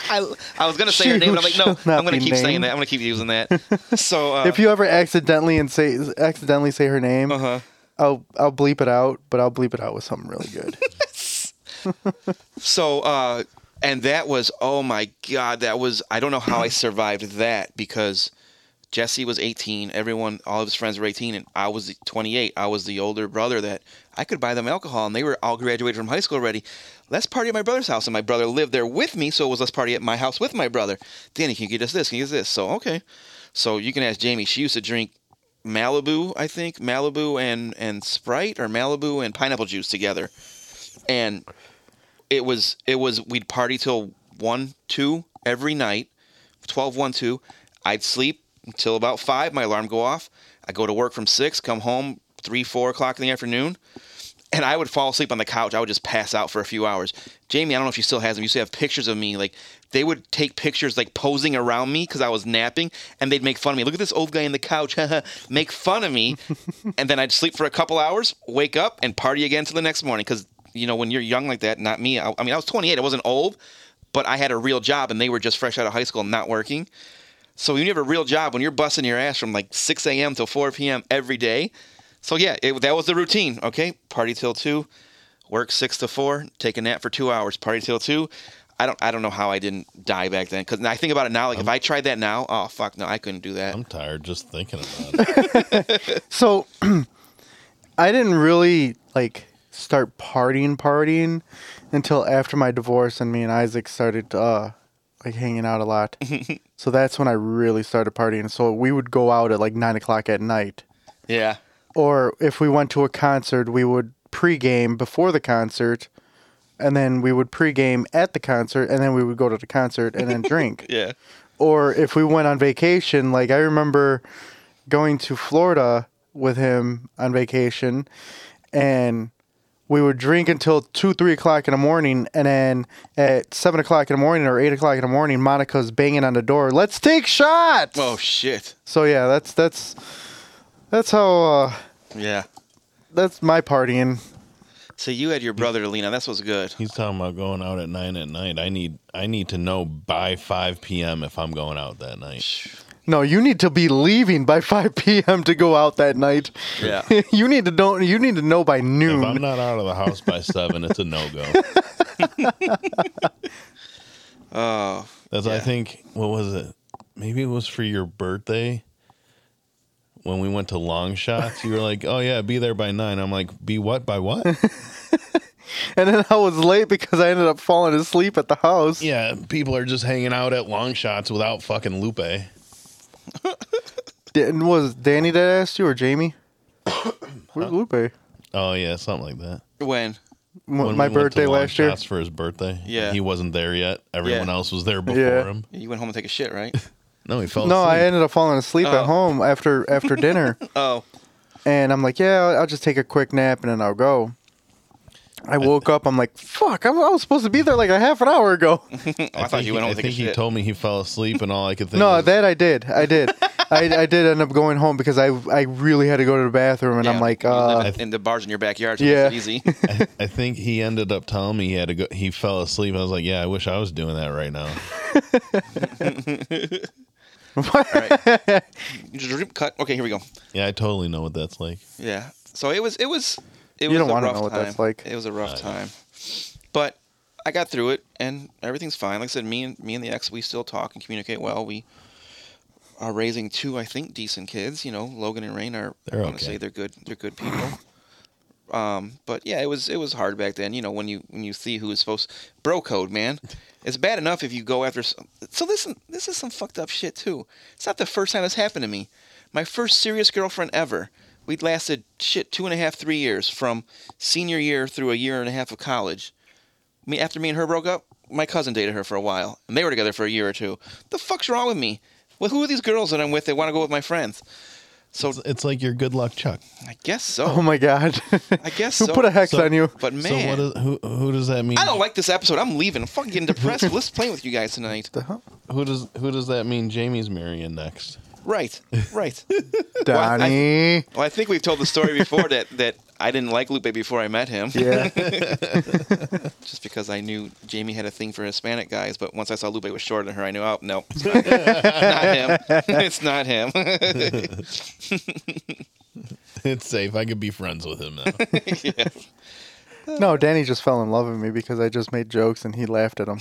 S1: I, I was gonna say her
S3: She
S1: name, and I'm like,
S3: shall
S1: no,
S3: not
S1: I'm gonna
S3: be
S1: keep saying
S3: named.
S1: that. I'm gonna keep using that. So uh,
S3: if you ever accidentally and say accidentally say her name,
S1: uh-huh.
S3: I'll I'll bleep it out, but I'll bleep it out with something really good.
S1: So, uh, and that was, oh my God, that was, I don't know how I survived that because Jesse was 18. Everyone, all of his friends were 18, and I was 28. I was the older brother that I could buy them alcohol, and they were all graduated from high school already. Let's party at my brother's house, and my brother lived there with me, so it was let's party at my house with my brother. Danny, can you get us this? Can you get us this? So, okay. So you can ask Jamie. She used to drink Malibu, I think, Malibu and, and Sprite, or Malibu and pineapple juice together. And it was it was we'd party till one two every night 12 1 2 i'd sleep until about five. My alarm go off. I go to work from six, come home three, four o'clock in the afternoon, and I would fall asleep on the couch. I would just pass out for a few hours. Jamie, I don't know if she still has them. You used to have pictures of me. Like they would take pictures like posing around me because I was napping, and they'd make fun of me. Look at this old guy in the couch. make fun of me, and then I'd sleep for a couple hours, wake up, and party again till the next morning. Because you know when you're young like that, not me. I, I mean, I was 28. I wasn't old, but I had a real job, and they were just fresh out of high school and not working. So when you have a real job, when you're busting your ass from like 6 a.m. till 4 p.m. every day. So yeah, it, that was the routine. Okay, party till two, work six to four, take a nap for two hours, party till two. I don't, I don't know how I didn't die back then. Because I think about it now, like if I tried that now, oh fuck, no, I couldn't do that.
S3: Oh.
S4: I'm tired just thinking about it.
S3: So I didn't really like start partying partying until after my divorce and me and Isaac started uh like hanging out a lot. so that's when I really started partying. So we would go out at like nine o'clock at night.
S1: yeah,
S3: Or if we went to a concert, we would pregame before the concert and then we would pregame at the concert and then we would go to the concert and then drink
S1: yeah,
S3: or if we went on vacation like i remember going to florida with him on vacation and we would drink until 2 3 o'clock in the morning and then at 7 o'clock in the morning or 8 o'clock in the morning monica's banging on the door let's take shots
S1: Oh shit.
S3: so yeah that's that's that's how uh,
S1: Yeah.
S3: that's my partying
S1: So you had your brother to lean on. That's what's good.
S4: He's talking about going out at nine at night. I need I need to know by five p.m. if I'm going out that night.
S3: no you need to be leaving by 5 p.m to go out that night
S1: Yeah.
S3: you need to don't you need to know by
S4: If
S3: noon
S4: I'm not out of the house by seven, it's a no go.
S1: Oh.
S4: That's I
S1: Yeah.
S4: think what was it? Maybe it was for your birthday when we went to long shots. You were like, "Oh yeah, be there by nine. I'm like, "Be what by what?"
S3: And then I was late because I ended up falling asleep at the house.
S4: yeah, people are just hanging out at long shots without fucking Lupe.
S3: D- and was Danny that asked you or Jamie? Where's Lupe? M-
S4: Oh yeah, something like that.
S1: When?
S4: When
S3: my
S4: we went to
S3: birthday
S4: Long
S3: last year.
S4: Shots for his birthday.
S1: Yeah.
S4: he wasn't there yet. Everyone
S1: Yeah.
S4: else was there before
S3: Yeah.
S4: him.
S1: You went home and take a shit, right?
S4: No, he fell.
S3: No, I
S4: asleep.
S3: ended up falling asleep
S1: Oh.
S3: at home after after dinner,
S1: oh.
S3: and I'm like, yeah, I'll, I'll just take a quick nap and then I'll go. I woke up. I'm like, fuck! I'm, I was supposed to be there like a half an hour ago.
S1: I, thought
S4: think
S1: you went
S4: he-
S1: home
S4: I
S1: and take
S4: think
S1: a
S4: he
S1: shit.
S4: told me he fell asleep, and all I could think.
S3: no,
S4: was,
S3: that I did. I did. I, I did end up going home because I I really had to go to the bathroom, and
S1: Yeah.
S3: I'm like,
S1: You live
S3: uh,
S1: in the bars in your backyard, so
S3: Yeah.
S1: yeah. easy.
S4: I, I think he ended up telling me he had to go. He fell asleep. I was like, "Yeah, I wish I was doing that right now."
S1: Cut. Okay, here we go.
S4: Yeah, I totally know what that's like.
S1: Yeah. So it was it was it
S3: You
S1: was
S3: don't
S1: a
S3: wanna
S1: rough
S3: know what
S1: time.
S3: that's like.
S1: It was a rough time. But I got through it and everything's fine. Like I said, me and me and the ex we still talk and communicate well. We are raising two, I think, decent kids. You know, Logan and Rain are
S4: They're
S1: I want
S4: okay.
S1: to say they're good they're good people. Um, but yeah, it was it was hard back then. You know, when you when you see who is supposed bro code, man. It's bad enough if you go after. s- So listen, this is some fucked up shit too. It's not the first time this happened to me. My first serious girlfriend ever. We would lasted shit two and a half, three years from senior year through a year and a half of college. Me after me and her broke up, my cousin dated her for a while, and they were together for a year or two. The fuck's wrong with me? Well, who are these girls that I'm with that want to go with my friends?
S4: It's, it's like your good luck, Chuck.
S1: I guess so.
S3: oh my god!
S1: I guess
S3: Who
S1: so.
S3: put a hex
S4: So-
S3: on you?
S1: But man,
S4: So what is, who who does that mean?
S1: I don't like this episode. I'm leaving. I'm fucking getting depressed. Let's play with you guys tonight.
S4: Who does who does that mean? Jamie's marrying next.
S1: Right, right. I-
S3: Donnie.
S1: Well, I think we've told the story before that that I didn't like Lupe before I met him.
S3: yeah.
S1: Just because I knew Jamie had a thing for Hispanic guys, but once I saw Lupe was shorter than her, I knew, oh no, it's not him. It's not him.
S4: It's safe. I could be friends with him now.
S1: yeah.
S3: No, Danny just fell in love with me because I just made jokes and he laughed at him,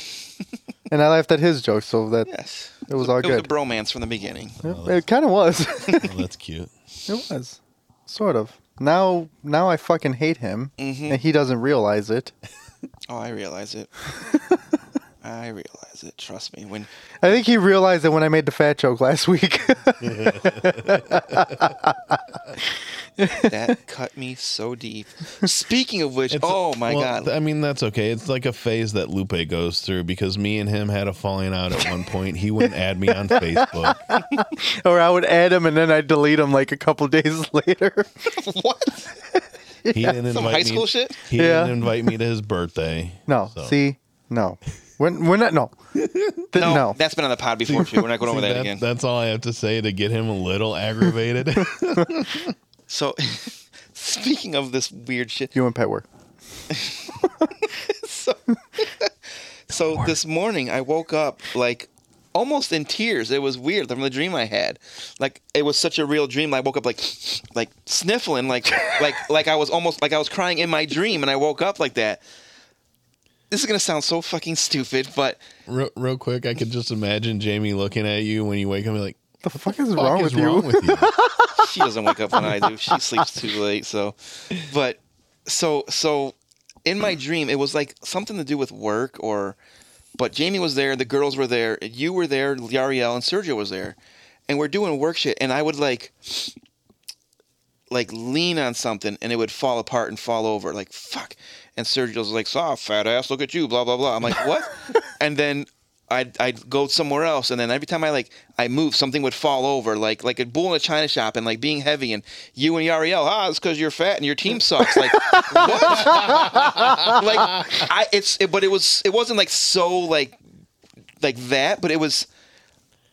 S3: and I laughed at his jokes, so that
S1: Yes.
S3: it was all
S1: It was a
S3: good.
S1: bromance from the beginning.
S3: It- it kind of was. it
S4: Oh, that's cute.
S3: was, sort of. Now, now I fucking hate him,
S4: Mm-hmm.
S1: Mhm.
S3: and he doesn't realize it.
S1: Oh, I realize it. I realize it. Trust me. When
S3: I think he realized it when I made the fat joke last week.
S1: That cut me so deep. Speaking of which,
S4: It's-
S1: oh my
S4: well,
S1: god.
S4: th- I mean, that's okay. It's like a phase that Lupe goes through because me and him had a falling out at one point. He wouldn't add me on Facebook.
S3: Or I would add him and then I'd delete him like a couple days later.
S1: what?
S4: He didn't invite
S1: Some high
S4: me.
S1: school shit?
S4: He
S3: Yeah.
S4: didn't invite me to his birthday.
S3: No,
S4: So-
S3: see, no, we're, we're not. No, Th-
S1: No,
S3: no.
S1: that's been on the pod before too. We're not going
S4: See,
S1: over that,
S4: that-
S1: again.
S4: That's all I have to say to get him a little aggravated.
S1: So, speaking of this weird shit,
S3: you and Pet were.
S1: so, so this morning I woke up like almost in tears. It was weird from the dream I had. Like it was such a real dream. I woke up like like sniffling, like like like I was almost like I was crying in my dream, and I woke up like that. This is gonna sound so fucking stupid, but
S4: real, real quick, I could just imagine Jamie looking at you when you wake up and be like,
S3: The fuck is
S4: "Fuck
S3: wrong
S4: is
S3: with
S4: wrong
S3: you?
S4: with you?"
S1: she doesn't wake up when I do. She sleeps too late. So, but so so in my dream, it was like something to do with work or. But Jamie was there, the girls were there, you were there, Yariel and Sergio was there, and we're doing work shit. And I would like, like lean on something, and it would fall apart and fall over, like fuck. And Sergio's like, "Soft fat ass, look at you," blah blah blah. I'm like, what? and then I'd, I'd go somewhere else, and then every time I like I move, something would fall over, like like a bull in a china shop, and like being heavy, and you and Yariel, ah, it's because you're fat and your team sucks. Like what? like I, it's it, but it was it wasn't like so like like that, but it was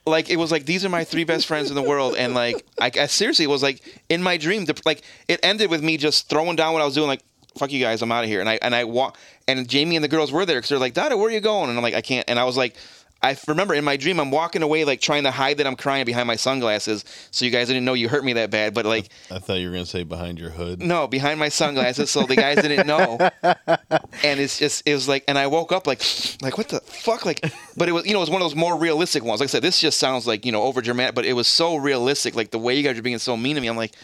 S1: like it was like these are my three best friends in the world, and like I, I seriously was like in my dream, the, like it ended with me just throwing down what I was doing, like fuck you guys, I'm out of here, and I and I walk, and Jamie and the girls were there because they're like, Dada, where are you going? And I'm like, I can't, and I was like. I f- remember in my dream, I'm walking away, like trying to hide that I'm crying behind my sunglasses, so you guys didn't know you hurt me that bad. But like,
S4: I thought you were gonna say behind your hood.
S1: no, behind my sunglasses, so the guys didn't know. And it's just it was like, and I woke up like, like what the fuck, like, but it was you know it was one of those more realistic ones. Like I said, this just sounds like you know over dramatic, but it was so realistic. Like the way you guys are being so mean to me, I'm like,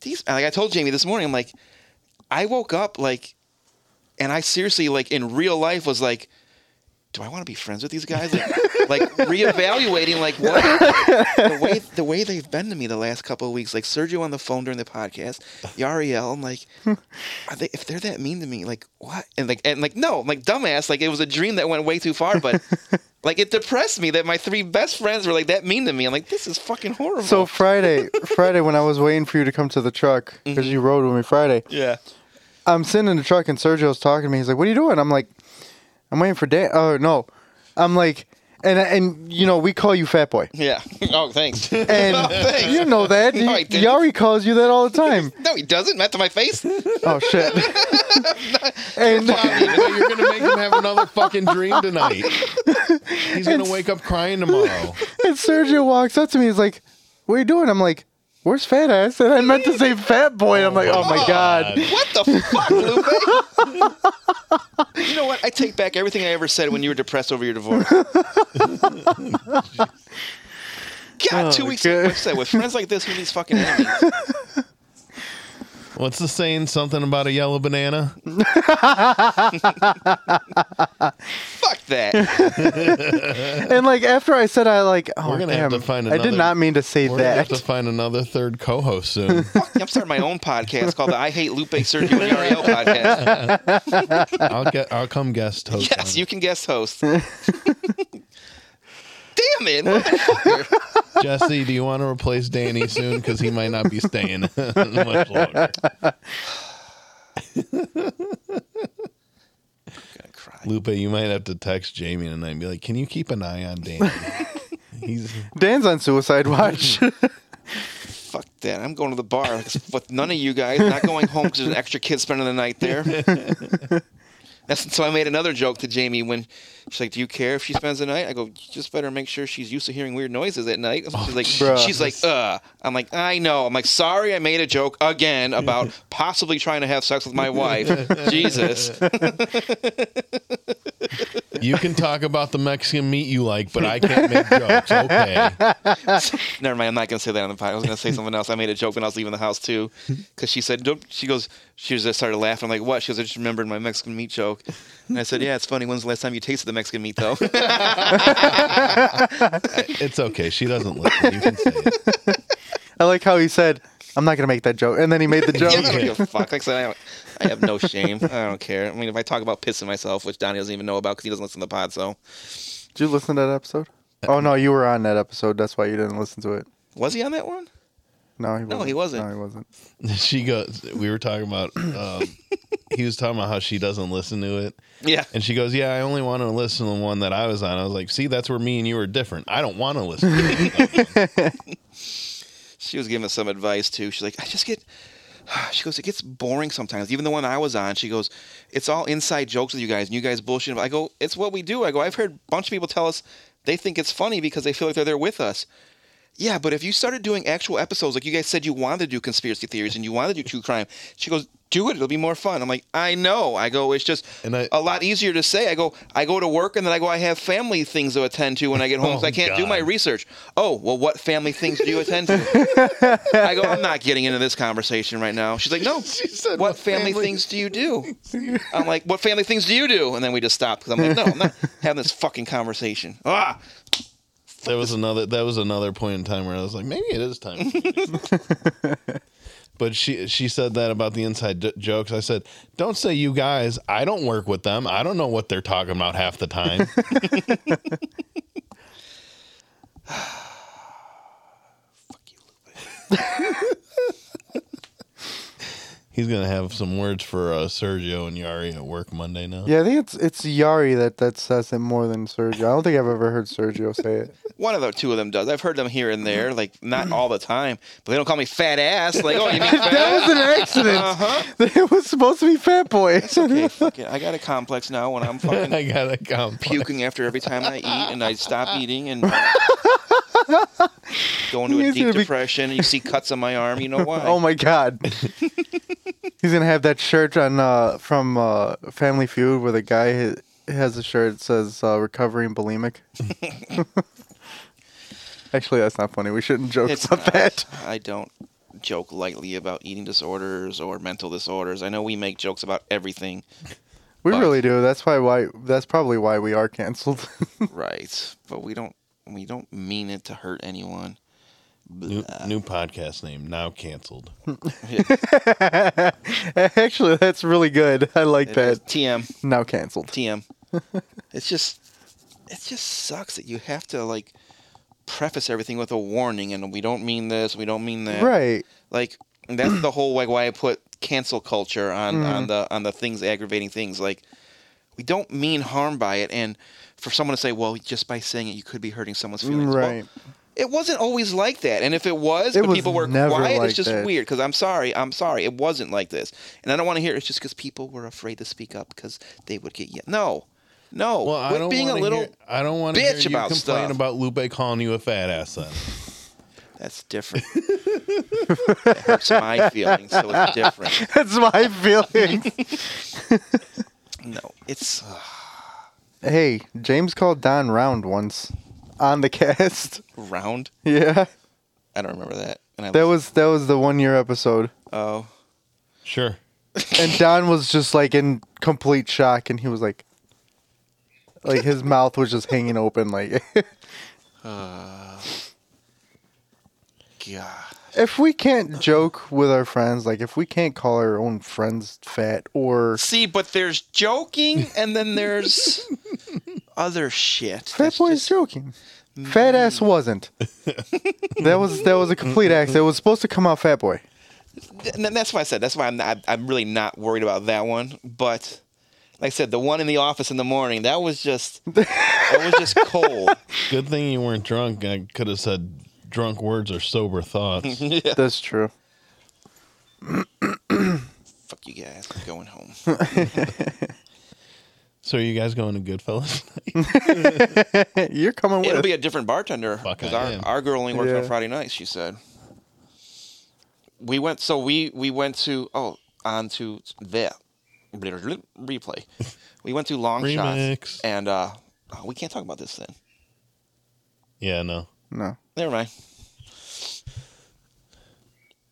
S1: these. Like I told Jamie this morning, I'm like, I woke up like, and I seriously like in real life was like. Do I want to be friends with these guys? Like, like reevaluating, like what the way the way they've been to me the last couple of weeks, like Sergio on the phone during the podcast, Yariel, I'm like, are they if they're that mean to me, like what? And like and like no, I'm like dumbass, like it was a dream that went way too far, but like it depressed me that my three best friends were like that mean to me. I'm like, this is fucking horrible.
S3: So Friday, Friday when I was waiting for you to come to the truck
S4: Mm-hmm.
S3: because you rode with me Friday,
S1: yeah.
S3: I'm sitting in the truck and Sergio's talking to me. He's like, "What are you doing?" I'm like, "I'm waiting for Dan." Oh no, I'm like, and and you know we call you Fat Boy,
S1: Yeah. Oh, thanks.
S3: and
S1: Oh, thanks.
S3: you know that
S1: No, I
S3: Y-
S1: didn't.
S3: Yari calls you that all the time.
S1: No, he doesn't. Not to my face.
S3: oh shit. and
S4: You're gonna make him have another fucking dream tonight. He's gonna wake up crying tomorrow.
S3: And Sergio walks up to me. He's like, "What are you doing?" I'm like, "Where's fat ass?" And I meant to say fat boy. And I'm like, "Oh my god."
S1: What the fuck, Lupe? you know what? I take back everything I ever said when you were depressed over your divorce. God,
S3: Oh,
S1: two weeks
S3: okay.
S1: ago, I said with friends like this, who needs fucking enemies?
S4: What's the saying? Something about a yellow banana?
S1: Fuck that.
S3: And like after I said, I like, "Oh
S4: We're gonna
S3: damn,
S4: have to find
S3: I did
S4: another-
S3: not mean to say
S4: We're gonna have
S3: that."
S4: to find another third co-host soon.
S1: I'm starting my own podcast called the I Hate Lupe Sergio and Yariel podcast.
S4: I'll get. I'll come guest host. on
S1: Yes,
S4: it.
S1: you can guest host. Damn it. motherfucker.
S4: Jesse, do you want to replace Danny soon? Because he might not be staying much longer.
S1: I'm gonna cry.
S4: Lupe, you might have to text Jamie tonight and be like, "Can you keep an eye on Danny? He's
S3: Dan's on suicide watch.
S1: Fuck that. I'm going to the bar with none of you guys. Not going home because there's an extra kid spending the night there. That's, so I made another joke to Jamie when she's like, "Do you care if she spends the night?" I go, "You just better make sure she's used to hearing weird noises at night." She's like,
S3: Jesus.
S1: "She's like, uh." I'm like, "I know." I'm like, "Sorry, I made a joke again about possibly trying to have sex with my wife." Jesus.
S4: You can talk about the Mexican meat you like, but I can't make jokes. Okay.
S1: Never mind. I'm not gonna say that on the podcast. I was gonna say something else. I made a joke when I was leaving the house too, because she said, "Don't." She goes, she was just started laughing. I'm like, "What?" She goes, "I just remembered my Mexican meat joke." And I said, "Yeah, it's funny. When's the last time you tasted the Mexican meat, though?"
S4: It's okay. She doesn't listen. You can say it.
S3: I like how he said, I'm not gonna make that joke. And then he made the joke.
S1: Yeah, I don't give a fuck. Like I said, I, don't- I have no shame. I don't care. I mean, if I talk about pissing myself, which Donnie doesn't even know about because he doesn't listen to the pod, so
S3: Did you listen to that episode? Oh no, you were on that episode. That's why you didn't listen to it.
S1: was he on that one?
S3: No, he wasn't.
S1: No, he wasn't.
S3: No, he wasn't.
S4: She goes. We were talking about. Um, he was talking about how she doesn't listen to it,
S1: Yeah.
S4: and she goes, "Yeah, I only want to listen to the one that I was on." I was like, "See, that's where me and you are different. I don't want to listen." To it.
S1: She was giving us some advice too. She's like, I just get. She goes, it gets boring sometimes. Even the one I was on, she goes, it's all inside jokes with you guys, and you guys bullshit. I go, it's what we do. I go, I've heard a bunch of people tell us they think it's funny because they feel like they're there with us. Yeah, but if you started doing actual episodes, like you guys said you wanted to do conspiracy theories and you wanted to do true crime, she goes, do it. It'll be more fun. I'm like, I know. I go, it's just
S4: And I-
S1: a lot easier to say. I go, I go to work and then I go, I have family things to attend to when I get home. 'cause
S4: Oh,
S1: I can't do
S4: God.
S1: my research. Oh, well, what family things do you attend to? I go, I'm not getting into this conversation right now. She's like, no.
S4: She said,
S1: what
S4: "What
S1: family,
S4: family
S1: things do you do? I'm like, what family things do you do? And then we just stopped because I'm like, no, I'm not having this fucking conversation. Ah,
S4: That was another. That was another point in time where I was like, maybe it is time. for me to-" but she she said that about the inside j- jokes. I said, don't say you guys. I don't work with them. I don't know what they're talking about half the time. He's gonna have some words for uh, Sergio and Yari at work Monday now.
S3: Yeah, I think it's it's Yari that that says it more than Sergio. I don't think I've ever heard Sergio say it.
S1: One of the two of them does. I've heard them here and there, like
S3: Mm-hmm.
S1: not all the time, but they don't call me fat ass. Like, oh, you mean fat
S3: that was an accident. It was supposed to be Fat Boy.
S1: Okay, fuck it. I got a complex now when I'm fucking
S4: I gotta complex.
S1: puking after every time I eat and I stop eating and go into a
S3: He's gonna
S1: deep
S3: be-
S1: depression and you see cuts on my arm. You know why?
S3: Oh my god. He's gonna have that shirt on uh, from uh, Family Feud where the guy ha- has a shirt that says uh, "recovering bulimic." Actually, that's not funny. We shouldn't joke
S1: It's
S3: about
S1: not.
S3: that.
S1: I don't joke lightly about eating disorders or mental disorders. I know we make jokes about everything,
S3: We
S1: But-
S3: really do. That's why. Why? That's probably why we are canceled.
S1: right? But we don't. We don't mean it to hurt anyone.
S4: New, new podcast name now canceled.
S3: Actually, that's really good. I like
S1: It is
S3: that.
S1: TM.
S3: Now canceled.
S1: TM. it's just it just sucks that you have to like preface everything with a warning and we don't mean this, we don't mean that.
S3: Right.
S1: Like that's the whole like why I put cancel culture on
S3: Mm.
S1: on the on the things aggravating things like we don't mean harm by it and for someone to say, well, just by saying it, you could be hurting someone's feelings. Well,
S3: Mm, Right.
S1: it wasn't always like that. And if it was,
S3: It
S1: but
S3: was
S1: people were
S3: never
S1: quiet,
S3: like
S1: it's just
S3: that.
S1: weird. Because I'm sorry, I'm sorry, it wasn't like this. And I don't want to hear it's just because people were afraid to speak up because they would get yeah. No, no.
S4: Well, I
S1: Quit
S4: don't
S1: being a
S4: wanna
S1: little.
S4: hear, I don't want to hear
S1: bitch
S4: you
S1: about
S4: complain
S1: stuff.
S4: about Lupe calling you a fat ass. Then
S1: That's different. it hurts my feelings, so it's different.
S3: That's my feelings.
S1: No, it's uh,
S3: hey, James called Don Round once on the cast.
S1: round.
S3: yeah.
S1: I don't remember that. And I
S3: That was that was the one year episode,
S1: oh,
S4: sure.
S3: and Don was just like in complete shock, and he was like, like his mouth was just hanging open. Like,
S1: god.
S3: if we can't joke with our friends, like if we can't call our own friends fat or
S1: See, but there's joking, and then there's other shit.
S3: fat
S1: That's
S3: boy is
S1: just-
S3: joking, fat ass wasn't. that was that was a complete accident. It was supposed to come out fat boy.
S1: Th- and that's why I said that's why I'm not, I'm really not worried about that one. But like I said, the one in the office in the morning that was just that was just cold.
S4: Good thing you weren't drunk. I could have said drunk words or sober thoughts.
S3: That's true.
S1: Fuck you guys, I'm going home.
S4: so, are you guys going to Goodfellas?
S3: You're coming
S1: It'll
S3: with.
S1: be a different bartender
S4: Fuck,
S1: because
S4: I
S1: our,
S4: am.
S1: our girl only works on
S3: Yeah.
S1: Friday nights. She said we went so we we went to oh on to the replay. We went to long
S4: Remix.
S1: shots and uh oh, we can't talk about this then.
S4: yeah, no.
S3: no.
S1: Never mind.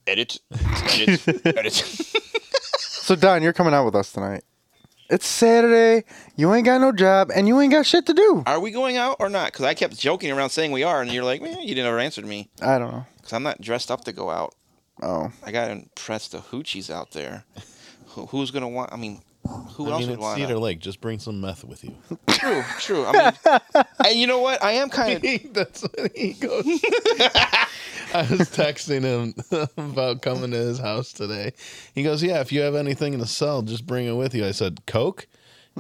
S1: Edit. Edit. Edit.
S3: So Don, you're coming out with us tonight. It's Saturday. You ain't got no job, and you ain't got shit to do.
S1: Are we going out or not? Because I kept joking around saying we are, and you're like, man, you never answered me.
S3: I don't know.
S1: Because I'm not dressed up to go out.
S3: Oh,
S1: I got to impress the hoochies out there. Who, who's gonna want? I mean, who
S4: I
S1: else
S4: mean,
S1: would
S4: it's
S1: want?
S4: Cedar
S1: to
S4: Lake. Just bring some meth with you.
S1: True, true. I mean, and you know what? I am kind of.
S4: That's what he goes. I was texting him about coming to his house today. He goes, "Yeah, if you have anything to sell, just bring it with you." I said, "Coke."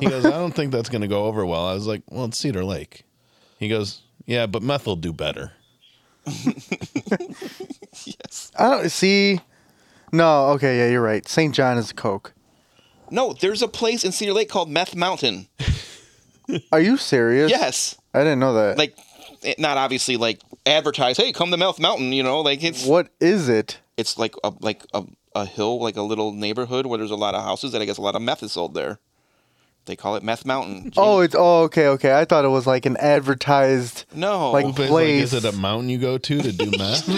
S4: He goes, "I don't think that's going to go over well." I was like, "Well, it's Cedar Lake." He goes, "Yeah, but meth will do better."
S3: I don't see. No, okay, yeah, you're right. St. John is Coke.
S1: No, there's a place in Cedar Lake called Meth Mountain.
S3: Are you serious?
S1: Yes,
S3: I didn't know that.
S1: like it- not obviously like advertise. Hey, come to Meth Mountain. You know, like it's
S3: what is it?
S1: it's like a like a, a hill, like a little neighborhood where there's a lot of houses that I guess a lot of meth is sold there. They call it Meth Mountain.
S3: Oh, it's oh, okay, okay. I thought it was like an advertised.
S1: no,
S3: like-
S4: But, like,
S3: Place.
S4: is it a mountain you go to to do meth?
S1: no,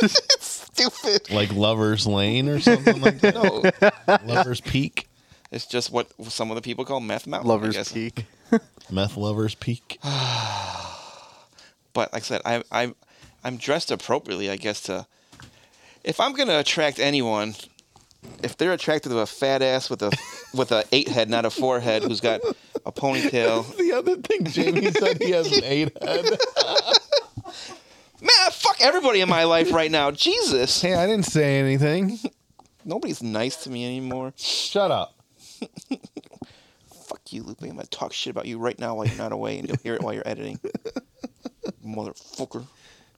S1: it's stupid.
S4: Like Lover's Lane or something like that?
S1: No,
S4: Lover's Peak?
S1: it's just what some of the people call Meth Mountain. I
S3: Lovers
S1: guess.
S3: Peak.
S4: Meth Lover's Peak?
S1: but like I said, I, I, I'm dressed appropriately, I guess. To if I'm gonna attract anyone, if they're attracted to a fat ass with a with a eight head, not a four head, who's got a ponytail,
S4: The other thing Jamie said he has an eight head.
S1: man, fuck everybody in my life right now. Jesus,
S4: Hey, I didn't say anything.
S1: nobody's nice to me anymore.
S4: Shut up.
S1: Fuck you, Lupe. I'm gonna talk shit about you right now while you're not away, and you'll hear it while you're editing, motherfucker.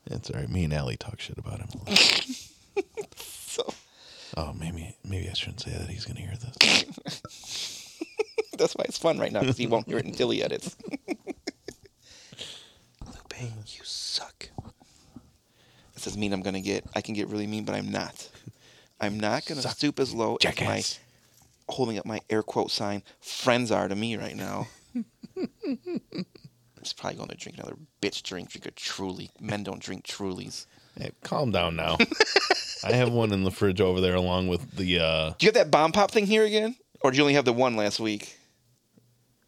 S4: That's all right. Me and Allie talk shit about him.
S1: So
S4: Oh, maybe maybe I shouldn't say that. He's gonna hear this.
S1: that's why it's fun right now because he won't hear it until he edits. Lupe, you suck. This is mean I'm gonna get. I can get really mean, but I'm not. I'm not gonna stoop as low as
S4: Jackass.
S1: my holding up my air quote sign friends are to me right now. It's probably going to drink another bitch drink. Drink a truly. Men don't drink trulies.
S4: Hey, calm down now. I have one in the fridge over there along with the uh
S1: Do you have that bomb pop thing here again, or do you only have the one last week?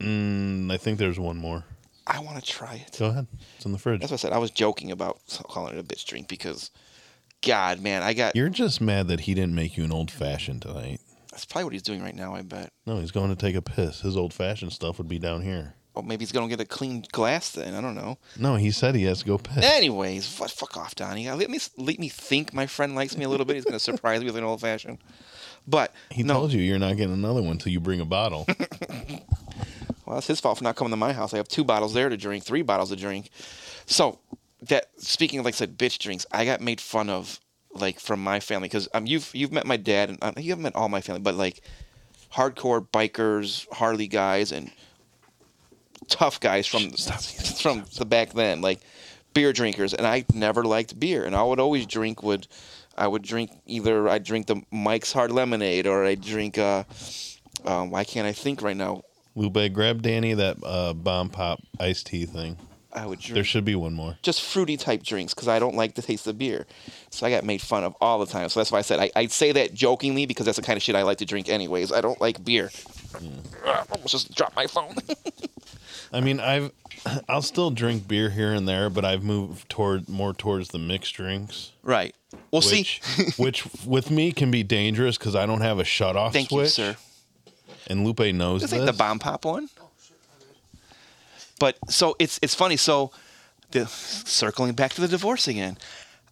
S4: mm, I think there's one more.
S1: I want to try it.
S4: Go ahead. It's in the fridge.
S1: That's what I said. I was joking about calling it a bitch drink because, God, man, I got.
S4: You're just mad that he didn't make you an old fashioned tonight.
S1: That's probably what he's doing right now. I bet.
S4: No, he's going to take a piss. His old fashioned stuff would be down here.
S1: Or Oh, maybe he's gonna get a clean glass then. I don't know.
S4: No, he said he has to go piss.
S1: Anyways, fu- fuck off, Donnie. Let me let me think. My friend likes me a little bit. He's gonna surprise me with an old fashioned. But
S4: He
S1: no,
S4: told you you're not getting another one till you bring a bottle.
S1: well, that's his fault for not coming to my house. I have two bottles there to drink, three bottles to drink. So that speaking of like I said, bitch drinks. I got made fun of like from my family because um you've you've met my dad and uh, you haven't met all my family, but like hardcore bikers, Harley guys, and tough guys from from the back then, like beer drinkers. And I never liked beer, and I would always drink would I would drink either I drink the Mike's Hard Lemonade or I drink uh, um, why can't I think right now?
S4: Lupe, grab Danny that uh, bomb pop iced tea thing.
S1: I would
S4: There
S1: drink
S4: should be one more.
S1: just fruity type drinks because I don't like the taste of beer. So I got made fun of all the time. So that's why I said I, I say that jokingly because that's the kind of shit I like to drink anyways. I don't like beer. Ah, I almost just dropped my phone.
S4: I mean, I've I'll still drink beer here and there, but I've moved toward more towards the mixed drinks,
S1: right. Well,
S4: which
S1: see.
S4: which with me can be dangerous because I don't have a shut off
S1: Thank
S4: switch.
S1: you, sir.
S4: And Lupe knows
S1: It's
S4: this.
S1: like the bomb pop one. But so it's it's funny. So the circling back to the divorce again.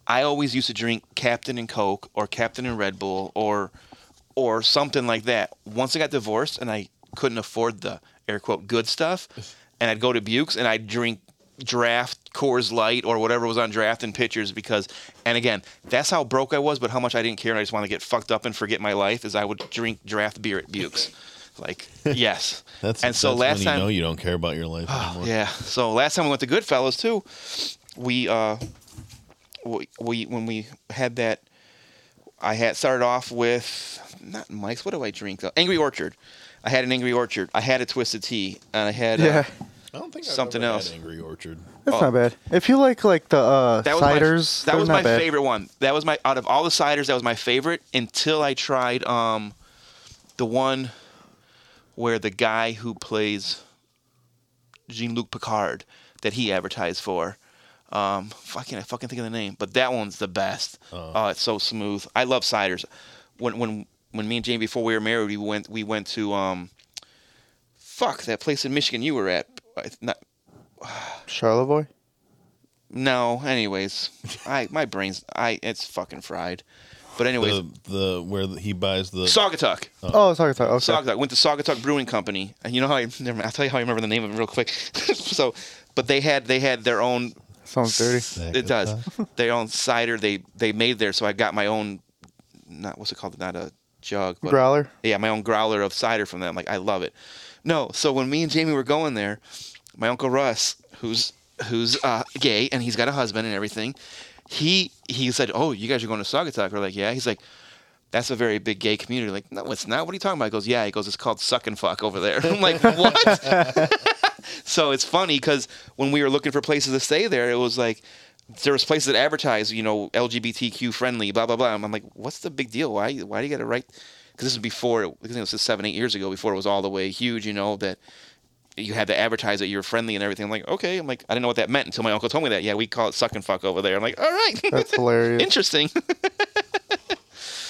S1: I always used to drink Captain and Coke or Captain and Red Bull or or something like that. Once I got divorced and I couldn't afford the air quote good stuff, and I'd go to Buke's and I'd drink draft Coors Light or whatever was on draft and pitchers because and again, that's how broke I was, but how much I didn't care and I just wanted to get fucked up and forget my life is I would drink draft beer at Buke's. Like yes.
S4: That's
S1: and so
S4: that's
S1: last
S4: when
S1: time Ah,
S4: you know you don't care about your life anymore.
S1: yeah. So last time we went to Goodfellas too, we uh, we, we when we had that, I had started off with not Mike's. What do I drink? Uh, Angry Orchard. I had an Angry Orchard. I had a Twisted Tea, and I had uh,
S3: Yeah,
S4: I don't think
S1: I've Something ever had else.
S4: Angry Orchard.
S3: that's
S1: Oh.
S3: not bad. If you like like the uh,
S1: that was My, that
S3: ciders, they're
S1: was
S3: not
S1: my
S3: bad.
S1: favorite one. That was my out of all the ciders, that was my favorite until I tried um, the one where the guy who plays Jean Luc Picard that he advertised for. Um, fucking, I fucking think of the name, but that one's the best. Oh, it's so smooth. I love ciders. When when when me and Jane before we were married, we went we went to um, fuck that place in Michigan you were at. I- Not,
S3: Charlevoix?
S1: no, anyways, I my brain's I it's fucking fried. But anyways,
S4: The the where he buys the
S1: Saugatuck.
S3: Oh, sorry, sorry. Okay.
S1: Saugatuck. Went to Saugatuck Brewing Company, and you know how I never. mind, I'll tell you how I remember the name of it real quick. so, but they had they had their own.
S3: Sounds dirty.
S1: It does. Their own cider they they made there, so I got my own. Not what's it called? Not a jug. But
S3: Growler?
S1: yeah, my own growler of cider from them. Like I love it. No, so when me and Jamie were going there, my uncle Russ, who's who's uh, gay and he's got a husband and everything, he he said, "Oh, you guys are going to Saugatuck?" We're like, "Yeah." He's like, "That's a very big gay community." Like, no, it's not. What are you talking about? He goes, "Yeah." He goes, "It's called suck and fuck over there." I'm like, "What?" So it's funny because when we were looking for places to stay there, it was like there was places that advertise, you know, LGBTQ friendly, blah blah blah. And I'm like, what's the big deal? Why why do you got to write? Because this is before I think it was just seven eight years ago before it was all the way huge, you know that. You had to advertise that you were friendly and everything. I'm like, okay. I'm like, I didn't know what that meant until my uncle told me that. Yeah, we call it suck and fuck over there. I'm like, all right,
S3: That's hilarious.
S1: interesting.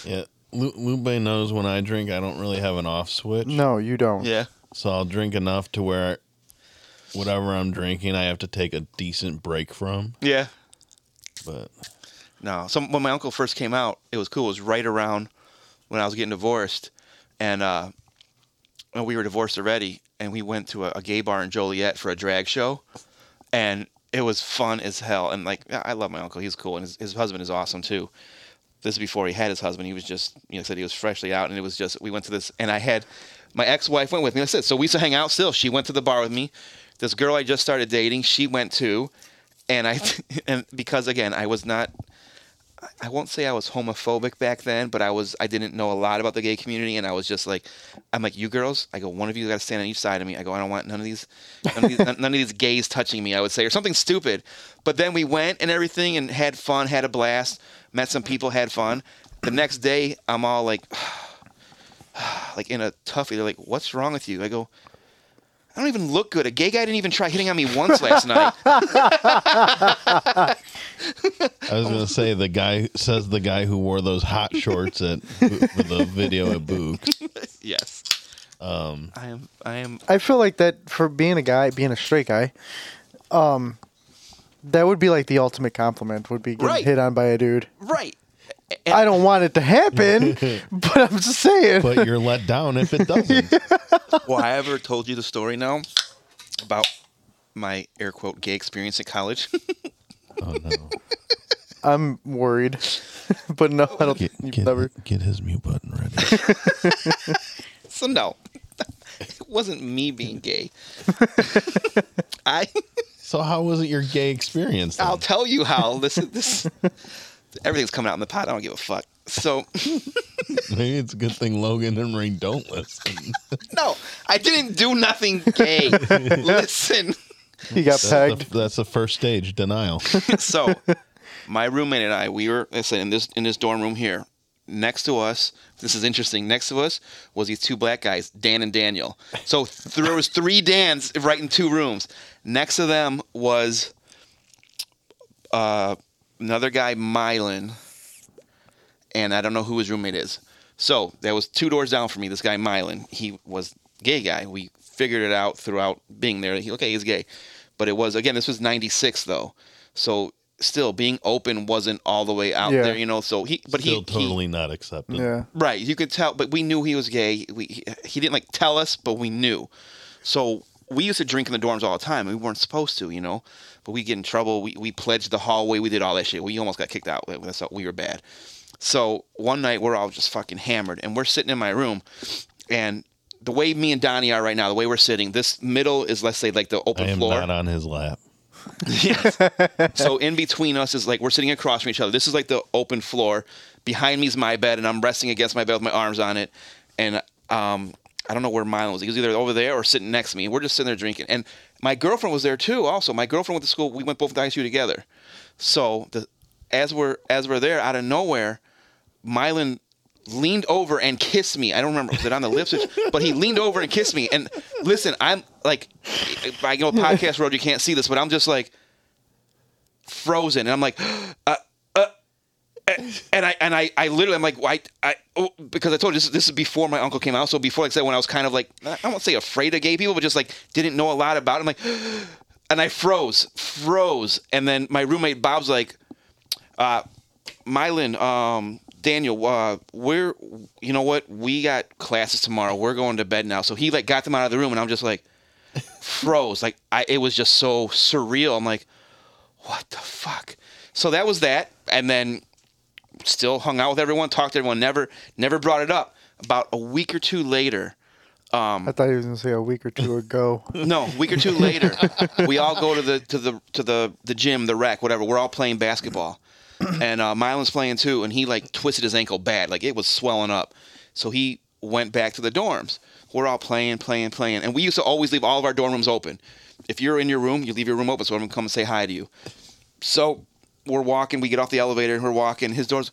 S4: Yeah. Lu- Lupe knows when I drink, I don't really have an off switch.
S3: No, you don't.
S1: yeah,
S4: So I'll drink enough to where whatever I'm drinking, I have to take a decent break from.
S1: yeah.
S4: But
S1: No. So when my uncle first came out, it was cool. It was right around when I was getting divorced, and uh, and we were divorced already, and we went to a, a gay bar in Joliet for a drag show, and it was fun as hell. And like, I I love my uncle. He's cool, and his, his husband is awesome too. This is before he had his husband. He was just, you know, said he was freshly out, and it was just we went to this, and I had my ex-wife went with me. That's it. So we used to hang out still. She went to the bar with me. This girl I just started dating, she went too, and I, and because again, I was not I won't say I was homophobic back then, but I was I didn't know a lot about the gay community, and I was just like, I'm like, you girls, I go, one of you got to stand on each side of me. I go, I don't want none of these, none of these, none of these gays touching me. I would say or something stupid, but then we went and everything and had fun, had a blast, met some people, had fun. The next day, I'm all like, like in a toughie. They're like, what's wrong with you? I go. I don't even look good. A gay guy didn't even try hitting on me once last night.
S4: I was gonna say the guy says the guy who wore those hot shorts at for the video at Books.
S1: yes. Um, I am. I am.
S3: I feel like that for being a guy, being a straight guy, um, that would be like the ultimate compliment would be getting
S1: Right.
S3: hit on by a dude.
S1: Right. A- and-
S3: I don't want it to happen, but I'm just saying.
S4: But you're let down if it doesn't.
S1: well, I ever told you the story now about my air quote gay experience at college.
S4: Oh no.
S3: I'm worried, but no, I don't.
S4: Get,
S3: you've
S4: get,
S3: never.
S4: get his mute button ready.
S1: so no, it wasn't me being gay. I
S4: So how was it your gay experience? then?
S1: I'll tell you how this is this everything's coming out in the pot. I don't give a fuck. So
S4: Maybe it's a good thing Logan and Ring don't listen.
S1: no, I didn't do nothing gay. Listen.
S3: He got
S4: That's
S3: pegged.
S4: the, that's the first stage, denial.
S1: so my roommate and I, we were listen in this in this dorm room here. Next to us, this is interesting. Next to us was these two black guys, Dan and Daniel. So th- there was three Dans right in two rooms. Next to them was uh, another guy, Mylan, and I don't know who his roommate is. So there was two doors down from me. This guy, Mylan, he was gay guy. We figured it out throughout being there. He, okay, he's gay, but it was again. This was '96 though, so still being open wasn't all the way out
S3: Yeah.
S1: there, you know. So he, but
S4: Still
S1: he he-
S4: totally not accepted.
S3: Yeah.
S1: Right, you could tell, but we knew he was gay. We he, he didn't like tell us, but we knew. So we used to drink in the dorms all the time. We weren't supposed to, you know, but we get in trouble. We we pledged the hallway. We did all that shit. We almost got kicked out. That's how we were bad. So one night we're all just fucking hammered, and we're sitting in my room, and the way me and Donnie are right now, the way we're sitting, this middle is let's say like the
S4: I
S1: open
S4: am
S1: floor.
S4: not on his lap.
S1: Yes. so in between us is like we're sitting across from each other. This is like the open floor. Behind me is my bed, and I'm resting against my bed with my arms on it. And um, I don't know where Milo was. He was either over there or sitting next to me. We're just sitting there drinking. And my girlfriend was there too. Also, my girlfriend went to school. We went both to ISU together. So the, as we're as we're there, out of nowhere, Mylan leaned over and kissed me. I don't remember was it on the lips, but he leaned over and kissed me. And listen, I'm like, I know podcast road, you can't see this, but I'm just like, frozen, and I'm like, uh, uh, and I and I, I literally I'm like, why I, oh, because I told you this this is before my uncle came out, so before like I said when I was kind of like I won't say afraid of gay people, but just like didn't know a lot about. It. I'm like, and I froze, froze, and then my roommate Bob's like, uh, Mylan, um, Daniel, uh, we're you know what? We got classes tomorrow. We're going to bed now. So he like got them out of the room, and I'm just like froze. like I, it was just so surreal. I'm like, what the fuck? So that was that, and then still hung out with everyone, talked to everyone. Never, never brought it up. About a week or two later,
S3: I thought he was gonna say a week or two ago.
S1: no, a week or two later, we all go to the to the to the the gym, the rec, whatever. We're all playing basketball, and uh, Mylan's playing too, and he like twisted his ankle bad, like it was swelling up. So he went back to the dorms. We're all playing, playing, playing, and we used to always leave all of our dorm rooms open. If you're in your room, you leave your room open so everyone can come and say hi to you. So we're walking, we get off the elevator, and we're walking. His door's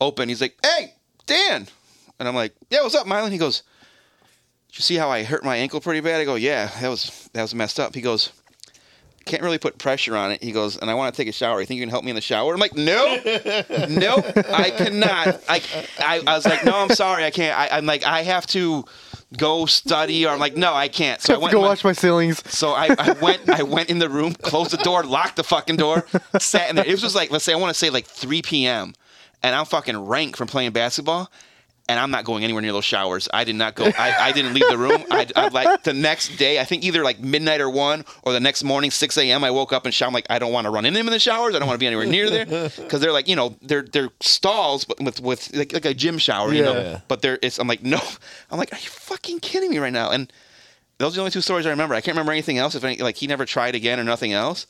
S1: open. He's like, "Hey, Dan," and I'm like, "Yeah, what's up, Mylan?" He goes did you see how I hurt my ankle pretty bad? I go, yeah, that was that was messed up. He goes, can't really put pressure on it. He goes, and I want to take a shower. You think you can help me in the shower? I'm like, no, no, I cannot. I, I, I was like, no, I'm sorry, I can't. I, I'm like, I have to go study, or I'm like, no, I can't. So I
S3: Have to
S1: went
S3: go
S1: in my-
S3: watch my ceilings.
S1: so I, I went I went in the room, closed the door, locked the fucking door, sat in there. It was just like let's say I want to say like 3 p.m. and I'm fucking rank from playing basketball, and I'm not going anywhere near those showers. I did not go. I, I didn't leave the room. I, I like the next day. I think either like midnight or one or the next morning 6 a.m. I woke up and shower. I'm like I don't want to run into them in the showers. I don't want to be anywhere near there because they're like you know they're they're stalls but with with like, like a gym shower you
S4: Yeah.
S1: know. But there it's I'm like no. I'm like are you fucking kidding me right now? And those are the only two stories I remember. I can't remember anything else. If any, like he never tried again or nothing else.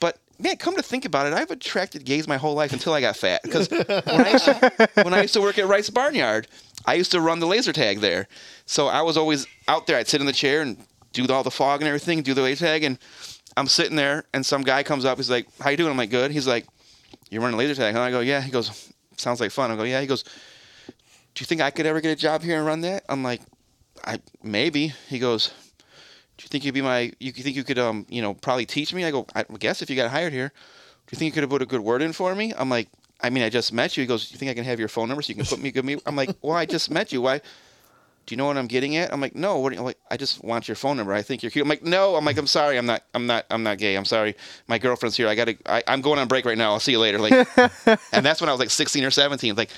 S1: But man, come to think about it, I've attracted gays my whole life until I got fat. Because when, I used to- when I used to work at Rice Barnyard, I used to run the laser tag there. So I was always out there. I'd sit in the chair and do all the fog and everything, do the laser tag, and I'm sitting there, and some guy comes up. He's like, "How you doing?" I'm like, "Good." He's like, "You're running laser tag?" And I go, "Yeah." He goes, "Sounds like fun." I go, "Yeah." He goes, "Do you think I could ever get a job here and run that?" I'm like, "I maybe." He goes, do you think you'd be my? You you think you could um you know probably teach me? I go. I guess if you got hired here, do you think you could have put a good word in for me? I'm like, I mean, I just met you. He goes, you think I can have your phone number so you can put me good me? I'm like, well, I just met you. Why? Do you know what I'm getting at? I'm like, no. What? do you- I'm like, I just want your phone number. I think you're cute. I'm like, no. I'm like, I'm sorry. I'm not. I'm not. I'm not gay. I'm sorry. My girlfriend's here. I gotta. I, I'm going on break right now. I'll see you later. Like, and that's when I was like 16 or 17. Like,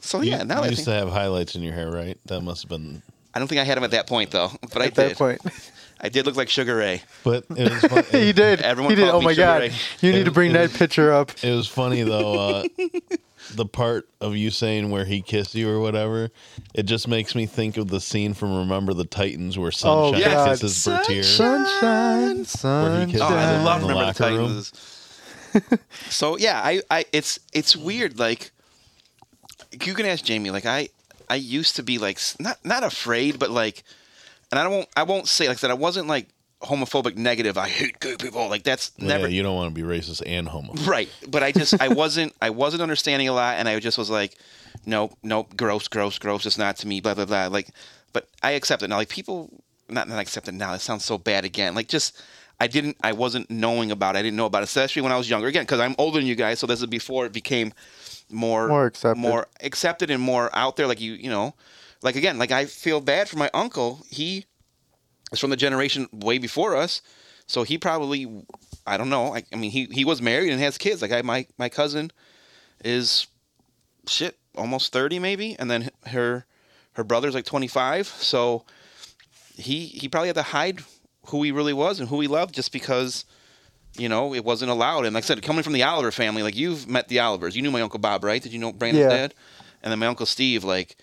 S1: so
S4: You,
S1: yeah. Now
S4: you
S1: I
S4: used
S1: think,
S4: to have highlights in your hair, right? That must have been.
S1: I don't think I had him at that point though. But I
S3: At that
S1: did.
S3: point,
S1: I did look like Sugar Ray.
S4: But it was. Fun.
S3: he did.
S1: Everyone
S3: he did.
S1: called
S3: Oh
S1: me
S3: my
S1: Sugar
S3: god,
S1: Ray.
S3: you need to bring that picture up.
S4: It was funny though. Uh, the part of you saying where he kissed you or whatever, it just makes me think of the scene from Remember the Titans where
S3: Oh,
S4: Sunshine
S1: God.
S4: kisses Bertier.
S3: Sunshine,
S4: Where he
S3: sunshine.
S4: kissed
S1: Oh, I
S4: Yeah.
S1: love
S4: In the
S1: Remember the
S4: locker room.
S1: Titans. so yeah, I, I it's it's weird. Like you can ask Jamie. Like I I used to be like s- not not afraid, but like, and I won't I won't say like I said I wasn't like homophobic negative. I hate gay people. Like that's never
S4: Yeah, you don't want to be racist and homo.
S1: right. But I just I wasn't I wasn't understanding a lot, and I just was like, nope, nope, gross, gross, gross. It's not to me. Blah blah blah. Like, but I accept it now. Like people, not not accept it now. It sounds so bad again. Like just. I didn't. I wasn't knowing about. it. I didn't know about it, especially when I was younger. Again, because I'm older than you guys, so this is before it became more
S3: More accepted.
S1: more accepted, and more out there. Like you, you know, like again, like I feel bad for my uncle. He is from the generation way before us. So he probably, I don't know. I, I mean, he, he was married and has kids. Like I, my, my cousin is shit, almost 30 maybe. And then her, her brother's like 25. So he, he probably had to hide who he really was and who he loved just because, you know, it wasn't allowed. And like I said, coming from the Oliver family, like you've met the Olivers, you knew my uncle Bob, right? Did you know Brandon's
S3: Yeah.
S1: dad? And then my uncle Steve, like,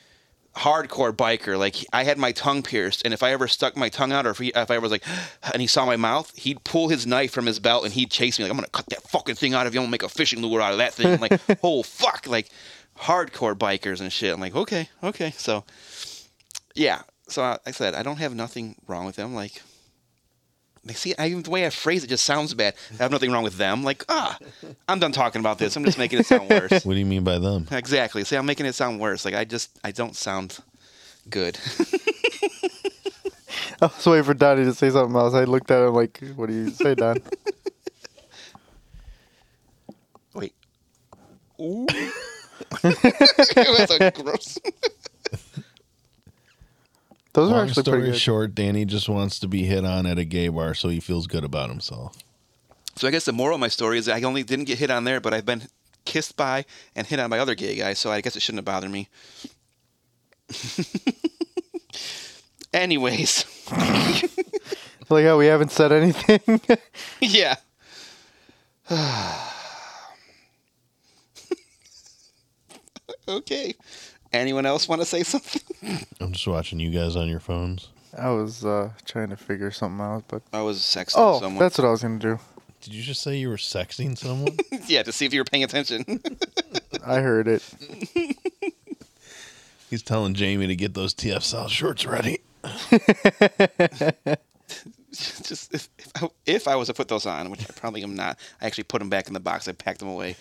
S1: hardcore biker. Like he- I had my tongue pierced, and if I ever stuck my tongue out, or if, he, if I was like, and he saw my mouth, he'd pull his knife from his belt and he'd chase me. Like I'm gonna cut that fucking thing out of you. I'm gonna make a fishing lure out of that thing. I'm like, oh fuck, like hardcore bikers and shit. I'm like, okay, okay. So yeah. So uh, I, I said I don't have nothing wrong with them. Like. They see, I, the way I phrase it just sounds bad. I have nothing wrong with them. Like, ah, I'm done talking about this. I'm just making it sound worse.
S4: What do you mean by them?
S1: Exactly. See, I'm making it sound worse. Like I just I don't sound good.
S3: I was waiting for Donnie to say something else. I looked at him like, "What do you say, Don?"
S1: Ooh. That's a gross.
S3: Those are
S4: Long
S3: actually pretty
S4: story
S3: good.
S4: short, Danny just wants to be hit on at a gay bar, so he feels good about himself.
S1: So I guess the moral of my story is I only didn't get hit on there, but I've been kissed by and hit on by other gay guys, so I guess it shouldn't have bothered me. Anyways,
S3: Like, yeah, we haven't said anything.
S1: yeah. okay. Anyone else want to say something?
S4: I'm just watching you guys on your phones.
S3: I was uh, trying to figure something out, but
S1: I was sexting
S3: oh,
S1: someone.
S3: that's what I was gonna do.
S4: Did you just say you were sexting someone?
S1: yeah, to see if you were paying attention.
S3: I heard it.
S4: He's telling Jamie to get those TF South shorts ready.
S1: Just if, if, I, if I was to put those on, which I probably am not, I actually put them back in the box. I packed them away.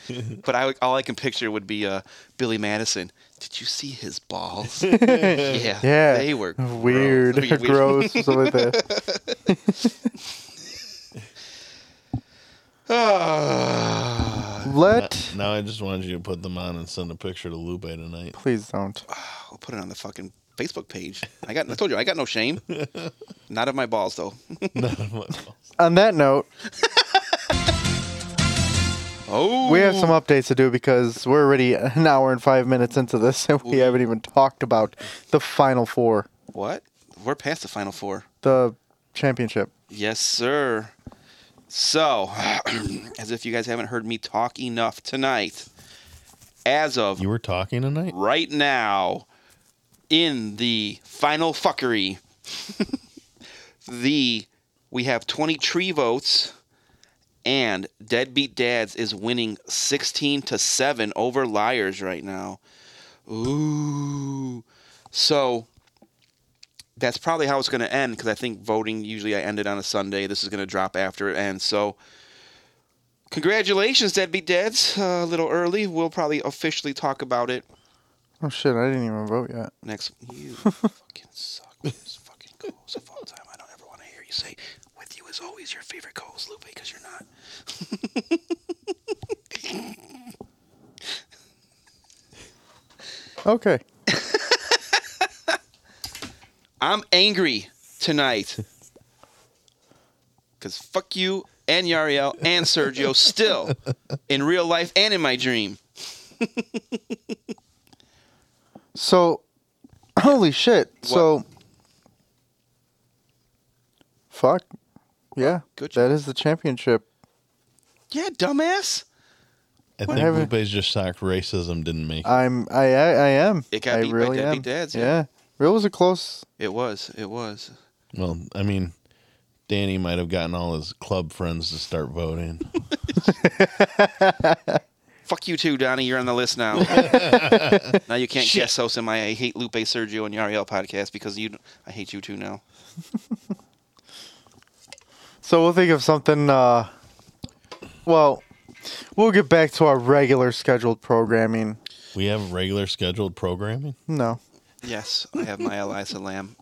S1: But I, would- all I can picture would be uh, Billy Madison. Did you see his balls? yeah,
S3: Yeah,
S1: they were gross.
S3: weird,
S1: They were
S3: gross, something like that.
S1: Ah.
S3: Let
S4: Now I just wanted you to put them on and send a picture to Lupe tonight.
S3: please don't.
S1: I'll put it on the fucking Facebook page. I got. I told you, I got no shame. Not of my balls though.
S4: Not of my fault.
S3: On that note,
S1: Oh,
S3: we have some updates to do because we're already an hour and five minutes into this, and we haven't even talked about the final four,
S1: What? We're past the final four.
S3: the championship.
S1: Yes, sir. So, as if you guys haven't heard me talk enough tonight, as of
S4: You were talking tonight?
S1: right now, in the final fuckery, the we have 20 tree votes, and Deadbeat Dads is winning 16 to seven over Liars right now. Ooh, so that's probably how it's going to end because I think voting usually I end it on a Sunday. This is going to drop after it ends. So, congratulations, Deadbeat Dads. Uh, a little early. We'll probably officially talk about it
S3: Oh shit, I didn't even vote yet.
S1: next. You fucking suck. with This fucking goals of all time. I don't ever want to hear you say, "With you is always your favorite goals, Lupe," because you're not.
S3: Okay,
S1: I'm angry tonight. Because fuck you and Yariel and Sergio still in real life and in my dream.
S3: so holy shit, so fuck, yeah,
S1: Good
S3: that is the championship.
S1: Yeah, dumbass.
S4: I think
S3: Whatever.
S4: Lupe's just shocked racism didn't make it.
S3: I'm I I, I am.
S1: It got
S3: I
S1: beat by
S3: really
S1: Deadbeat
S3: am.
S1: Dads, yeah.
S3: yeah, it was a close.
S1: It was. It was.
S4: Well, I mean, Danny might have gotten all his club friends to start voting.
S1: Fuck you too, Donnie. You're on the list now. now you can't guess host in my I hate Lupe, Sergio, and Yariel podcast because you. I hate you too now.
S3: So we'll think of something. Uh, well, we'll get back to our regular scheduled programming.
S4: We have regular scheduled programming,
S3: No.
S1: Yes, I have my Eliza Lamb.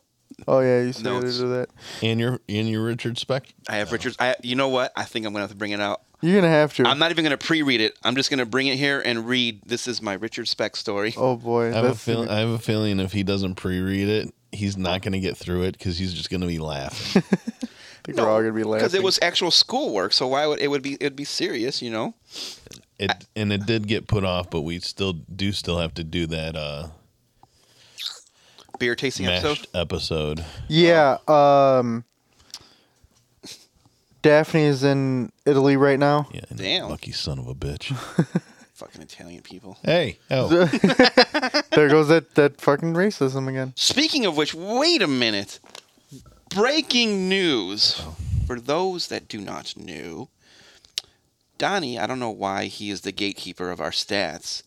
S3: Oh yeah, you said
S1: No,
S3: you
S1: it's-
S3: do that.
S4: and your and your Richard Speck.
S1: I
S3: Oh.
S1: have Richards. I. You know what? I think I'm gonna have to bring it out.
S3: You're gonna have to.
S1: I'm not even gonna pre-read it. I'm just gonna bring it here and read. This is my Richard Speck story.
S3: oh boy,
S4: I have a
S3: that's gonna
S4: feeling. uh, I have a feeling if he doesn't pre-read it, he's not going to get through it because he's just going to be laughing.
S3: be- I think we're all gonna be laughing.
S1: because it was actual schoolwork. So why would it would be it would be serious? You know.
S4: it and it did get put off, but we still do still have to do that uh,
S1: beer tasting
S4: mashed
S1: episode.
S4: episode.
S3: Yeah. Um. Daphne is in Italy right now.
S4: Yeah, and
S1: Damn.
S4: lucky son of a bitch.
S1: Fucking Italian people.
S4: hey, oh,
S3: There goes that that fucking racism again.
S1: Speaking of which, wait a minute. Breaking news for those that do not know. Donnie, I don't know why he is the gatekeeper of our stats,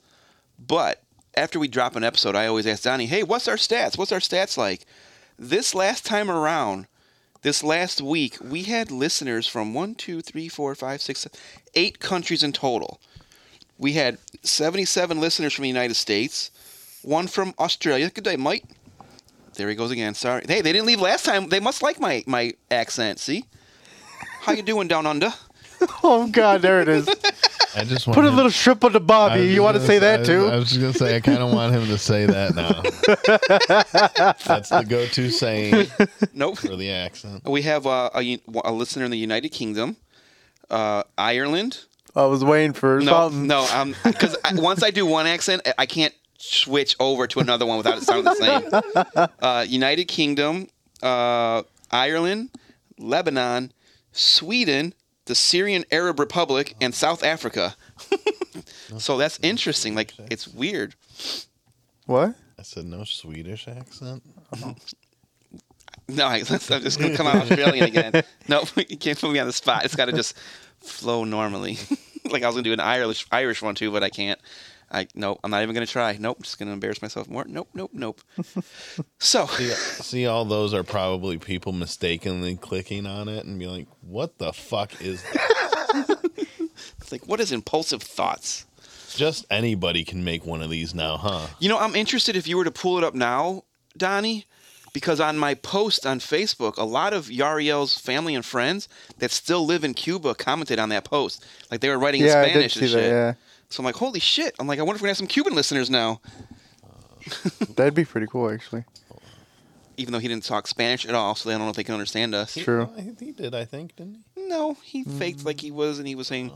S1: but after we drop an episode, I always ask Donnie, hey, what's our stats? What's our stats like? This last time around, this last week, we had listeners from one, two, three, four, five, six, seven, eight countries in total. We had 77 listeners from the United States, one from Australia. Good day, Mike. There he goes again. Sorry. Hey, they didn't leave last time. They must like my my accent. See, how you doing down under?
S3: Oh God, there it is.
S4: I just want
S3: Put a
S4: him-
S3: little strip on the
S4: I was
S3: Bobby. You
S4: just
S3: want to
S4: gonna
S3: say that
S4: I was-
S3: too?
S4: I was just gonna say I kind of want him to say that now. That's the go-to saying
S1: Nope.
S4: for the accent.
S1: We have uh, a, u- a listener in the United Kingdom, uh, Ireland.
S3: I was waiting for
S1: No,
S3: something.
S1: no, um, because once I do one accent, I- I can't switch over to another one without it sounding the same. Uh, United Kingdom, uh, Ireland, Lebanon, Sweden, the Syrian Arab Republic, and South Africa. so that's interesting. Like it's weird.
S3: What?
S4: I said no Swedish accent.
S1: No, I, I'm just gonna come out Australian again. No, you can't put me on the spot. It's got to just flow normally. like I was gonna do an Irish Irish one too, but I can't. I no, I'm not even gonna try. Nope, just gonna embarrass myself more. Nope, nope, nope. So
S4: See, see, all those are probably people mistakenly clicking on it and be like, "What the fuck is?" That?
S1: it's like, what is impulsive thoughts?
S4: Just anybody can make one of these now, huh?
S1: You know, I'm interested if you were to pull it up now, Donnie, because on my post on Facebook, a lot of Yariel's family and friends that still live in Cuba commented on that post. Like they were writing in
S3: Yeah, I did
S1: Spanish
S3: see
S1: and shit.
S3: that. Yeah,
S1: So I'm like, holy shit. I'm like, I wonder if we're gonna have some Cuban listeners now.
S3: that'd be pretty cool actually.
S1: Even though he didn't talk Spanish at all, so they don't know if they can understand us.
S3: True.
S4: He, he did, I think, didn't he?
S1: No, he faked like he was and he was saying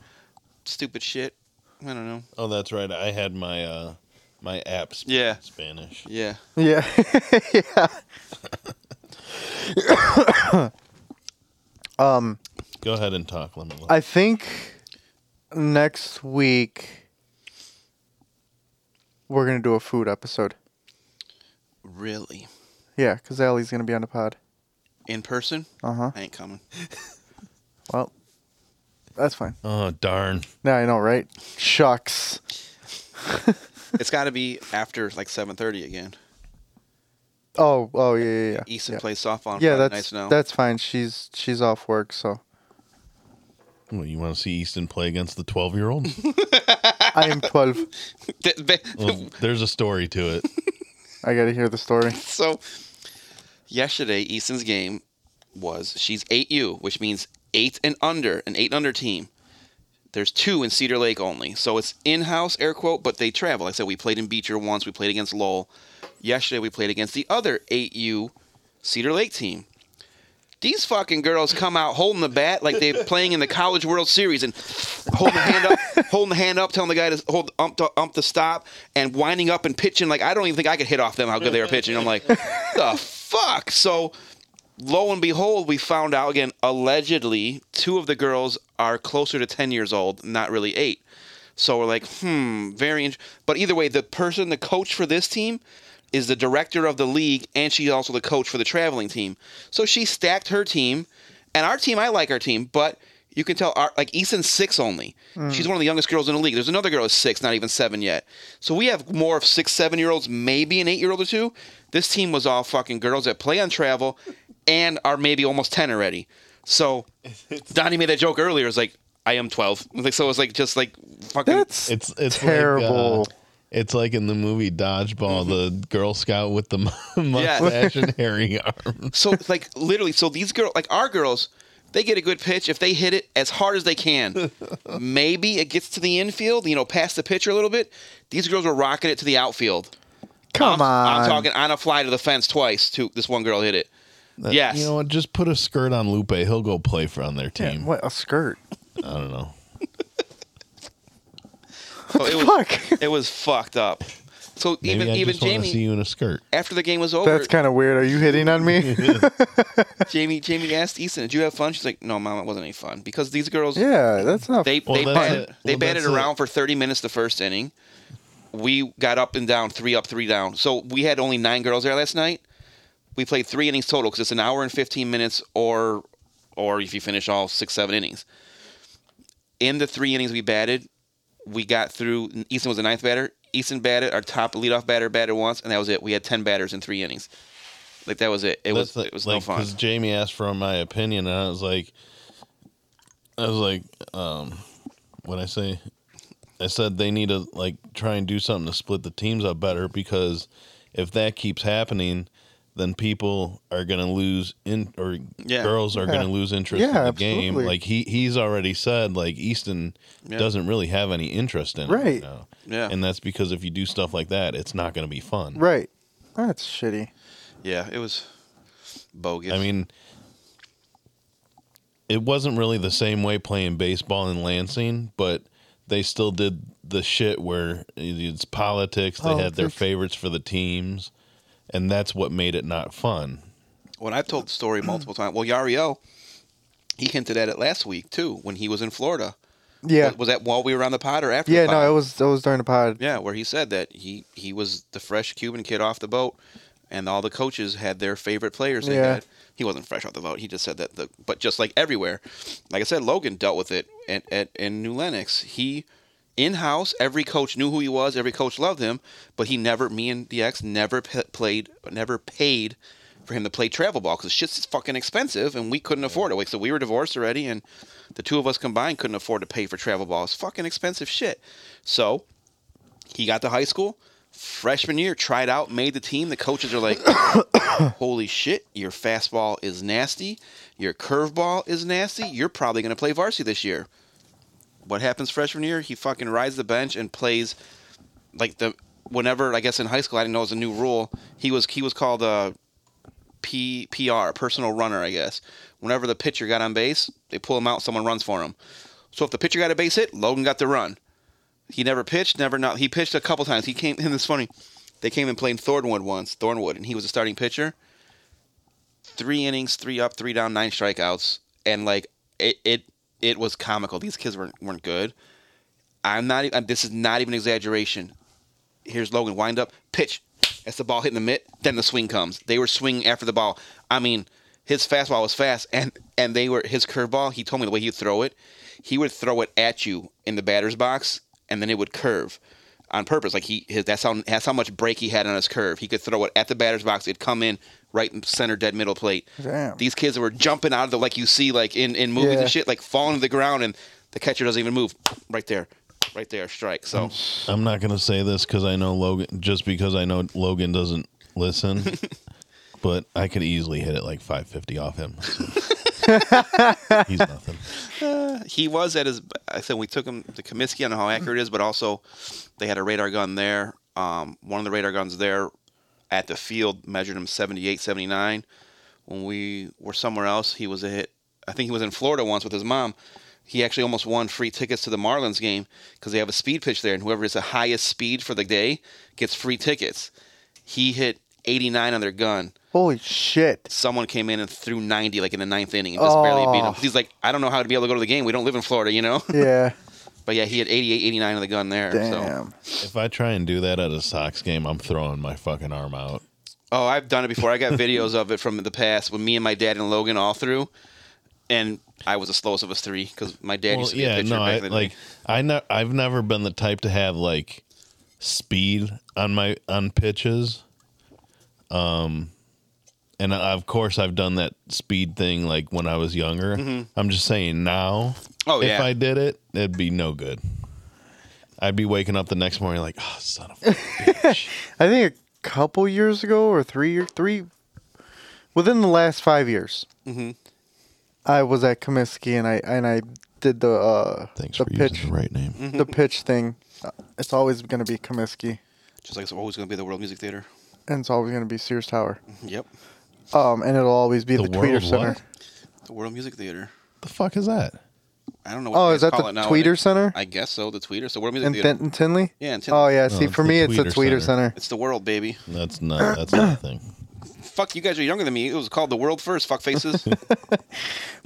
S1: stupid shit. I don't know.
S4: Oh, that's right. I had my uh my app sp-
S1: Yeah.
S4: Spanish.
S1: Yeah.
S3: Yeah, yeah. um,
S4: Go ahead and talk, Lemon.
S3: I think next week we're gonna do a food episode.
S1: Really?
S3: Yeah, because Allie's gonna be on the pod.
S1: In person?
S3: Uh huh.
S1: I ain't coming.
S3: Well, that's fine.
S4: Oh darn!
S3: Yeah, I know, right? Shucks.
S1: It's gotta be after like seven thirty again.
S3: Oh, oh yeah, yeah, yeah.
S1: Easton
S3: yeah.
S1: plays softball on
S3: yeah,
S1: Friday
S3: that's
S1: nights now.
S3: that's fine. She's she's off work, so
S4: Well, you want to see Easton play against the twelve-year-old?
S3: I am twelve.
S1: Th- th-
S4: well, there's a story to it.
S3: I gotta hear the story.
S1: so yesterday Easton's game was she's 8U, which means 8 and under, an 8 and under team. There's two in Cedar Lake only. So it's in-house air quote, but they travel. Like I said we played in Beecher once, we played against Lowell. Yesterday we played against the other 8U Cedar Lake team. These fucking girls come out holding the bat like they're playing in the College World Series and holding the hand up, holding the hand up, telling the guy to hold ump to ump to stop, and winding up and pitching like I don't even think I could hit off them how good they were pitching. I'm like, the fuck. So lo and behold, we found out again allegedly two of the girls are closer to ten years old, not really eight. So we're like, hmm, very. int- But either way, the person, the coach for this team, is the director of the league, and she's also the coach for the traveling team. So she stacked her team, and our team. I like our team, but you can tell our like Easton's six only. She's one of the youngest girls in the league. There's another girl who's six, not even seven yet. So we have more of six, seven year olds, maybe an eight year old or two. This team was all fucking girls that play on travel, and are maybe almost ten already. So Donnie made that joke earlier. It's like I am twelve. Like so, it's like just like fucking.
S3: That's
S4: It's it's
S3: terrible.
S4: Like, uh, it's like in the movie Dodgeball, the Girl Scout with the mustache and hairy arm.
S1: So like literally, so these girls, like our girls, they get a good pitch if they hit it as hard as they can. Maybe it gets to the infield, you know, past the pitcher a little bit. These girls were rocking it to the outfield.
S3: come on.
S1: I'm talking on a fly to the fence twice. To this one girl hit it. yes.
S4: You know what? Just put a skirt on Lupe. He'll go play for on their
S3: Yeah,
S4: team.
S3: what a skirt.
S4: I don't know.
S1: So it was
S3: Fuck.
S1: it was fucked up. So
S4: Maybe
S1: even
S4: I
S1: even
S4: just want to see
S1: Jamie
S4: you in a skirt.
S1: after the game was over,
S3: That's kind of weird. Are you hitting on me?
S1: Jamie Jamie asked Easton, "Did you have fun?" She's like, "No, mom, it wasn't any fun because these girls
S3: yeah, that's not.
S1: They
S4: Well,
S1: they
S4: that's
S1: batted,
S4: it.
S1: they
S4: Well,
S1: batted
S4: that's it.
S1: around for 30 minutes the first inning. We got up and down, three up, three down. So we had only nine girls there last night. We played three innings total because it's an hour and 15 minutes, or or if you finish all six, seven innings. In the three innings we batted, we got through. Easton was the ninth batter. Easton batted. Our top leadoff batter batted once, and that was it. We had 10 batters in three innings. Like that was it. It was it was no fun.
S4: Because Jamie asked for my opinion, and I was like, I was like, um, what I say? I said they need to like try and do something to split the teams up better because if that keeps happening, then people are going to lose in or
S1: Yeah.
S4: girls are going to lose interest in the
S3: Yeah,
S4: game.
S3: absolutely.
S4: Like he he's already said like Easton
S1: Yeah.
S4: doesn't really have any interest in it
S3: Right.
S4: now.
S1: Yeah.
S4: And that's because if you do stuff like that, it's not going to be fun.
S3: Right. That's shitty.
S1: Yeah, it was bogus.
S4: I mean, it wasn't really the same way playing baseball in Lansing, but they still did the shit where it's politics. They had their
S3: Politics.
S4: favorites for the teams, and that's what made it not fun.
S1: when I've told the story multiple times, well, Yariel, he hinted at it last week too when he was in Florida.
S3: Yeah.
S1: Was, was that while we were on the pod or after?
S3: yeah.
S1: the pod?
S3: No, it was it was during the pod.
S1: Yeah, where he said that he he was the fresh Cuban kid off the boat, and all the coaches had their favorite players. They
S3: Yeah.
S1: had. He wasn't fresh off the boat. He just said that. The but just like everywhere, like I said, Logan dealt with it at, at in New Lenox. He in house, every coach knew who he was. Every coach loved him, but he never. Me and DX never p- played. Never paid. For him to play travel ball because shit's fucking expensive and we couldn't afford it. Like so, we were divorced already, and the two of us combined couldn't afford to pay for travel ball. It's fucking expensive shit. So he got to high school freshman year tried out made the team the coaches are like holy shit your fastball is nasty your curveball is nasty you're probably going to play varsity this year what happens freshman year he fucking rides the bench and plays like the whenever i guess in high school i didn't know it was a new rule he was he was called a P, pr personal runner i guess whenever the pitcher got on base they pull him out someone runs for him so if the pitcher got a base hit logan got the run he never pitched, never not. He pitched a couple times. He came, and it's funny. They came and played Thornwood once, Thornwood, and he was a starting pitcher. Three innings, three up, three down, nine strikeouts, and like it, it, it was comical. These kids weren't weren't good. I'm not. e- I'm, this is not even exaggeration. Here's Logan wind up pitch. That's the ball hitting the mitt. Then the swing comes. They were swinging after the ball. I mean, his fastball was fast, and and they were his curveball. He told me the way he'd throw it. He would throw it at you in the batter's box, and then it would curve on purpose. Like he, his, that's how that's how much break he had on his curve. He could throw it at the batter's box. It'd come in right in center, dead middle plate.
S3: Damn.
S1: These kids were jumping out of the like you see like in in movies
S3: Yeah.
S1: and shit, like falling to the ground, and the catcher doesn't even move. Right there, right there, strike.
S3: Mm.
S1: So
S4: I'm not going to say this because I know Logan, just because I know Logan doesn't listen, but I could easily hit it like 550 off him. He's nothing.
S1: he was at his. I said we took him to Comiskey. I don't know how accurate it is, but also they had a radar gun there. Um, one of the radar guns there at the field measured him 78, 79. When we were somewhere else, he was a hit. I think he was in Florida once with his mom. He actually almost won free tickets to the Marlins game because they have a speed pitch there, and whoever is the highest speed for the day gets free tickets. He hit 89 on their gun
S3: Holy shit.
S1: someone came in and threw 90 like in the ninth inning and just barely beat him.
S3: Oh.
S1: He's like, I don't know how to be able to go to the game. We don't live in Florida, you know?
S3: Yeah.
S1: But yeah, he had 88, 89 on the gun there. So.
S3: Damn.
S4: If I try and do that at a Sox game, I'm throwing my fucking arm out.
S1: Oh, I've done it before. I got videos of it from the past when me and my dad and Logan all through. And I was the slowest of us three because my dad used to be a pitcher back
S4: I,
S1: in the day.
S4: like I ne- I've never been the type to have like speed on my on pitches. Um, and I, of course I've done that speed thing like when I was younger.
S3: Mm-hmm.
S4: I'm just saying now.
S1: Oh,
S4: if
S1: yeah.
S4: I did it, it'd be no good. I'd be waking up the next morning like, oh, son of a bitch.
S3: I think a couple years ago or three year three within the last five years.
S1: Mhm.
S3: I was at Comiskey and I and I did the uh
S4: Thanks
S3: the
S4: for
S3: pitch Mm-hmm.
S4: using the right name.
S1: Mm-hmm.
S3: the pitch thing. Uh, It's always gonna be Comiskey
S1: Just like it's always going to be the World Music Theater.
S3: and it's always gonna be Sears Tower.
S1: Yep.
S3: Um and it'll always be
S4: The
S3: the, Tweeter
S4: world
S3: Center.
S4: what?
S1: The World Music Theater.
S4: The fuck is that?
S1: I don't know what
S3: Oh,
S1: they
S3: is that the
S1: call it now.
S3: Tweeter Center?
S1: I guess so, the Tweeter. So World Music
S3: In
S1: Theater.
S3: Denton Tinley?
S1: yeah, and
S3: Oh yeah, see
S4: it's
S3: for
S4: the
S3: me it's the
S4: Tweeter
S3: Tweeter
S4: Center.
S3: Center.
S1: it's the world, baby.
S4: That's not. That's not a thing.
S1: Fuck, you guys are younger than me. It was called the world first, fuck faces.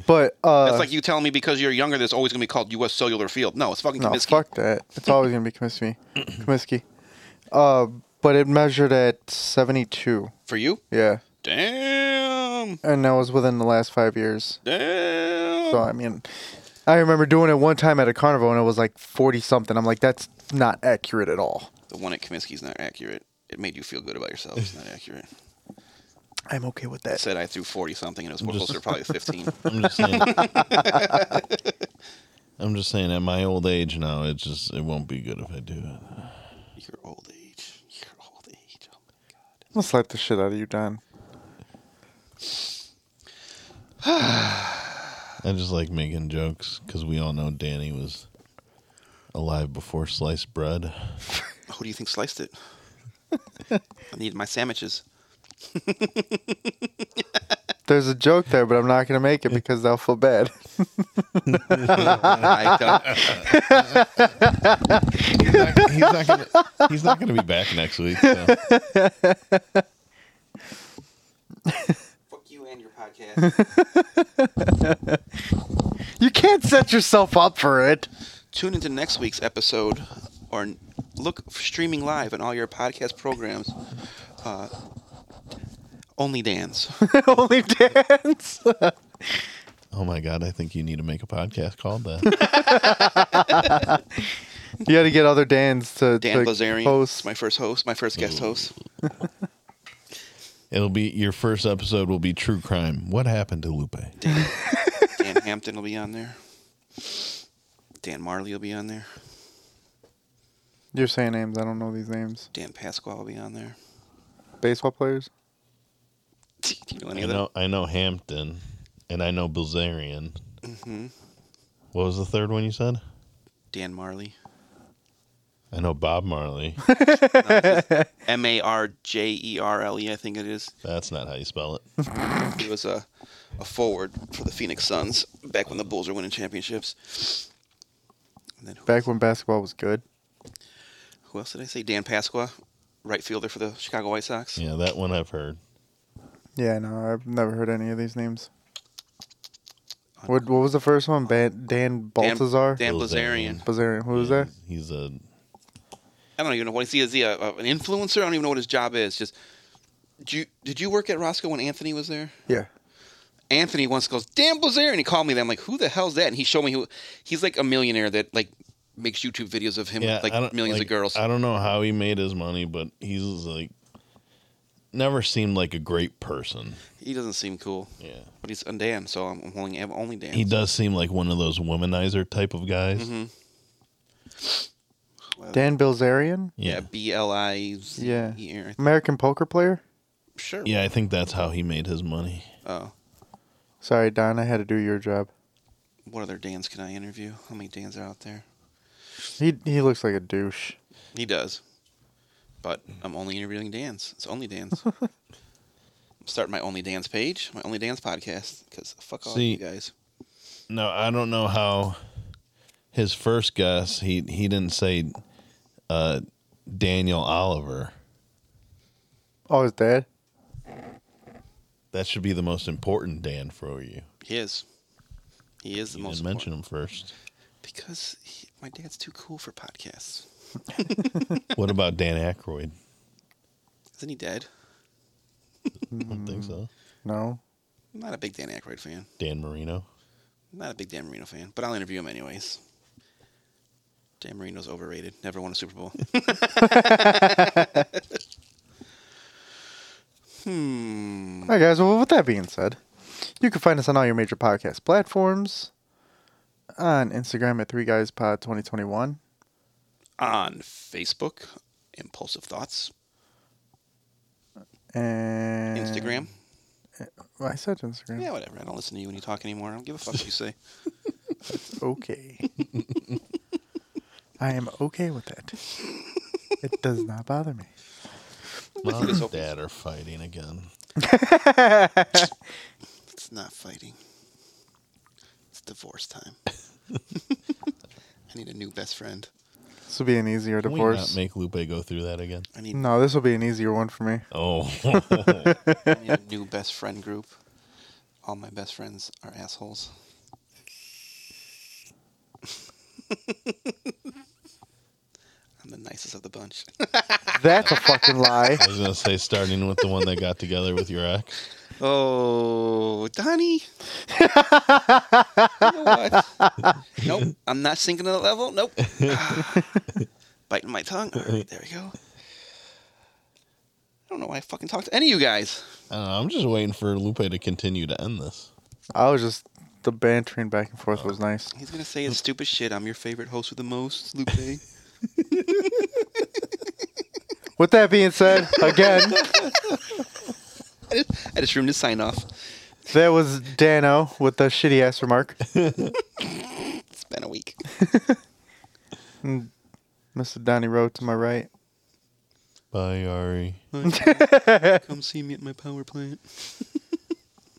S3: But uh
S1: That's like you telling me because you're younger, there's always going to be called U.S. Cellular Field. No, it's fucking
S3: uh, No,
S1: Comiskey.
S3: fuck that. It's always gonna be Comiskey. Comiskey. Uh, but it measured at seventy-two.
S1: For you?
S3: Yeah,
S1: Damn.
S3: and that was within the last five years.
S1: Damn.
S3: So I mean, I remember doing it one time at a carnival, and it was like forty something. I'm like, that's not accurate at all.
S1: The one at Kaminsky's not accurate. It made you feel good about yourself. It's not accurate.
S3: I'm okay with
S1: It
S3: that.
S1: said I threw 40 something and it was more
S4: Just-
S1: closer to probably 15.
S4: I'm just saying. I'm just saying. At my old age now, it just it won't be good if I do it.
S1: Your old age. Your old age. Oh my God.
S3: Let's slap the shit out of you, Don.
S4: I just like making jokes because we all know Danny was alive before sliced bread.
S1: Who do you think sliced it? I need my sandwiches.
S3: There's a joke there, but I'm not gonna make it because they'll feel bad.
S1: I don't.
S4: He's not, he's not gonna. He's not gonna be back next week. So.
S1: Fuck you and your podcast.
S3: you can't set yourself up for it.
S1: Tune into next week's episode or n- look for streaming live on all your podcast programs. Uh, only Dan's.
S3: Only dance.
S4: Oh my god! I think you need to make a podcast called that.
S3: you got to get other Dans to,
S1: Dan
S3: to
S1: Blazarian.
S3: host.
S1: My first host, my first guest host.
S4: It'll be your first episode. Will be true crime. What happened to Lupe?
S1: Dan Hampton will be on there. Dan Marley will be on there.
S3: You're saying names. I don't know these names.
S1: Dan Pasquale will be on there.
S3: Baseball players.
S1: Do you know any
S4: I
S1: of them?
S4: know. I know Hampton, and I know Bilzerian. Mm-hmm.
S1: hmm
S4: What was the third one you said?
S1: Dan Marley.
S4: I know Bob Marley.
S1: M A R J E R L E, I think it is.
S4: That's not how you spell it.
S1: He was a, a forward for the Phoenix Suns back when the Bulls were winning championships. And then who,
S3: Back when basketball was good.
S1: who else did I say? Dan Pasqua, right fielder for the Chicago White Sox.
S4: Yeah, that one I've heard.
S3: Yeah, no, I've never heard any of these names. What What was the first one? Ban-
S1: Dan,
S3: Dan Baltazar.
S1: Dan
S4: Bilzerian.
S1: Blazarian.
S3: Blazarian. Who was
S4: Yeah,
S3: that?
S4: He's he's a
S1: I don't even know what is he is. He a, a- an influencer? I don't even know what his job is. Just did you did you work at Roscoe when Anthony was there?
S3: Yeah.
S1: Anthony once goes, Dan Blazarian. He called me. That I'm like, who the hell's that? And he showed me who. He's like a millionaire that like makes YouTube videos of him
S4: yeah.
S1: with like
S4: I don't-
S1: millions
S4: like,
S1: of girls.
S4: I don't know how he made his money, but he's like never seemed like a great person.
S1: He doesn't seem cool,
S4: Yeah.
S1: but he's a Dan, so I'm I'm holding I'm only Dan.
S4: He does seem like one of those womanizer type of guys.
S1: Mm-hmm. Well,
S3: Dan Bilzerian.
S1: Yeah,
S4: Yeah.
S1: B L I Z
S3: Yeah.
S1: E R.
S3: American poker player.
S1: Sure.
S4: Yeah, I think that's how he made his money.
S1: Oh,
S3: Sorry, Don. I had to do your job.
S1: what other Dans can I interview? How many Dans are out there?
S3: He He looks like a douche.
S1: He does, but I'm only interviewing Dans. It's only Dans. I'm starting my only Dans page, my only Dans podcast, because fuck all
S4: See-
S1: you guys.
S4: No, I don't know how his first guess he he didn't say uh, Daniel Oliver.
S3: Oh, his dad.
S4: That should be the most important Dan for you.
S1: He is. He is the
S4: You
S1: most
S4: didn't
S1: important.
S4: mention him first.
S1: because he, my dad's too cool for podcasts.
S4: What about Dan Aykroyd?
S1: Isn't he dead?
S4: I don't think so.
S3: No.
S1: I'm not a big Dan Aykroyd fan.
S4: Dan Marino.
S1: I'm not a big Dan Marino fan, but I'll interview him anyways. Dan Marino's overrated. Never won a Super Bowl. hmm.
S3: All right, guys. Well, with that being said, you can find us on all your major podcast platforms, on Instagram at Three Guys Pod 2021,
S1: On Facebook, Impulsive Thoughts.
S3: and
S1: Instagram.
S3: Well, I said Instagram.
S1: Yeah, whatever. I don't listen to you when you talk anymore. I don't give a fuck what you say.
S3: Okay. I am okay with that. It does not bother me.
S4: Mom and Dad are fighting again.
S1: It's not fighting. It's divorce time. I need a new best friend.
S3: This will be an easier
S4: Can we not
S3: divorce.
S4: make Lupe go through that again?
S1: I need,
S3: No, this will be an easier one for me.
S4: Oh,
S1: I need a new best friend group. All my best friends are assholes. I'm the nicest of the bunch.
S3: That's a fucking lie.
S4: I was gonna say starting with the one that got together with your ex.
S1: Oh, Donnie. You know what? Nope. I'm not sinking to the level. Nope. Ah, Biting my tongue. All right, there we go. I don't know why I fucking talked to any of you guys.
S4: I don't know, I'm just waiting for Lupe to continue to end this.
S3: I was just the bantering back and forth was nice.
S1: He's gonna say his stupid shit. I'm your favorite host with the most, Lupe.
S3: With that being said, again,
S1: I just, I just ruined his sign off.
S3: That was Dano with the shitty ass remark.
S1: It's been a week.
S3: Mr. Donnie Rowe to my right.
S4: Bye, Ari.
S1: Come see me at my power plant.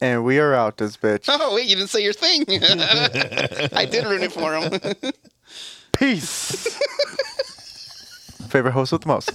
S3: And we are out this bitch.
S1: Oh wait, you didn't say your thing. I did ruin it for him.
S3: Peace. Favorite host with the most.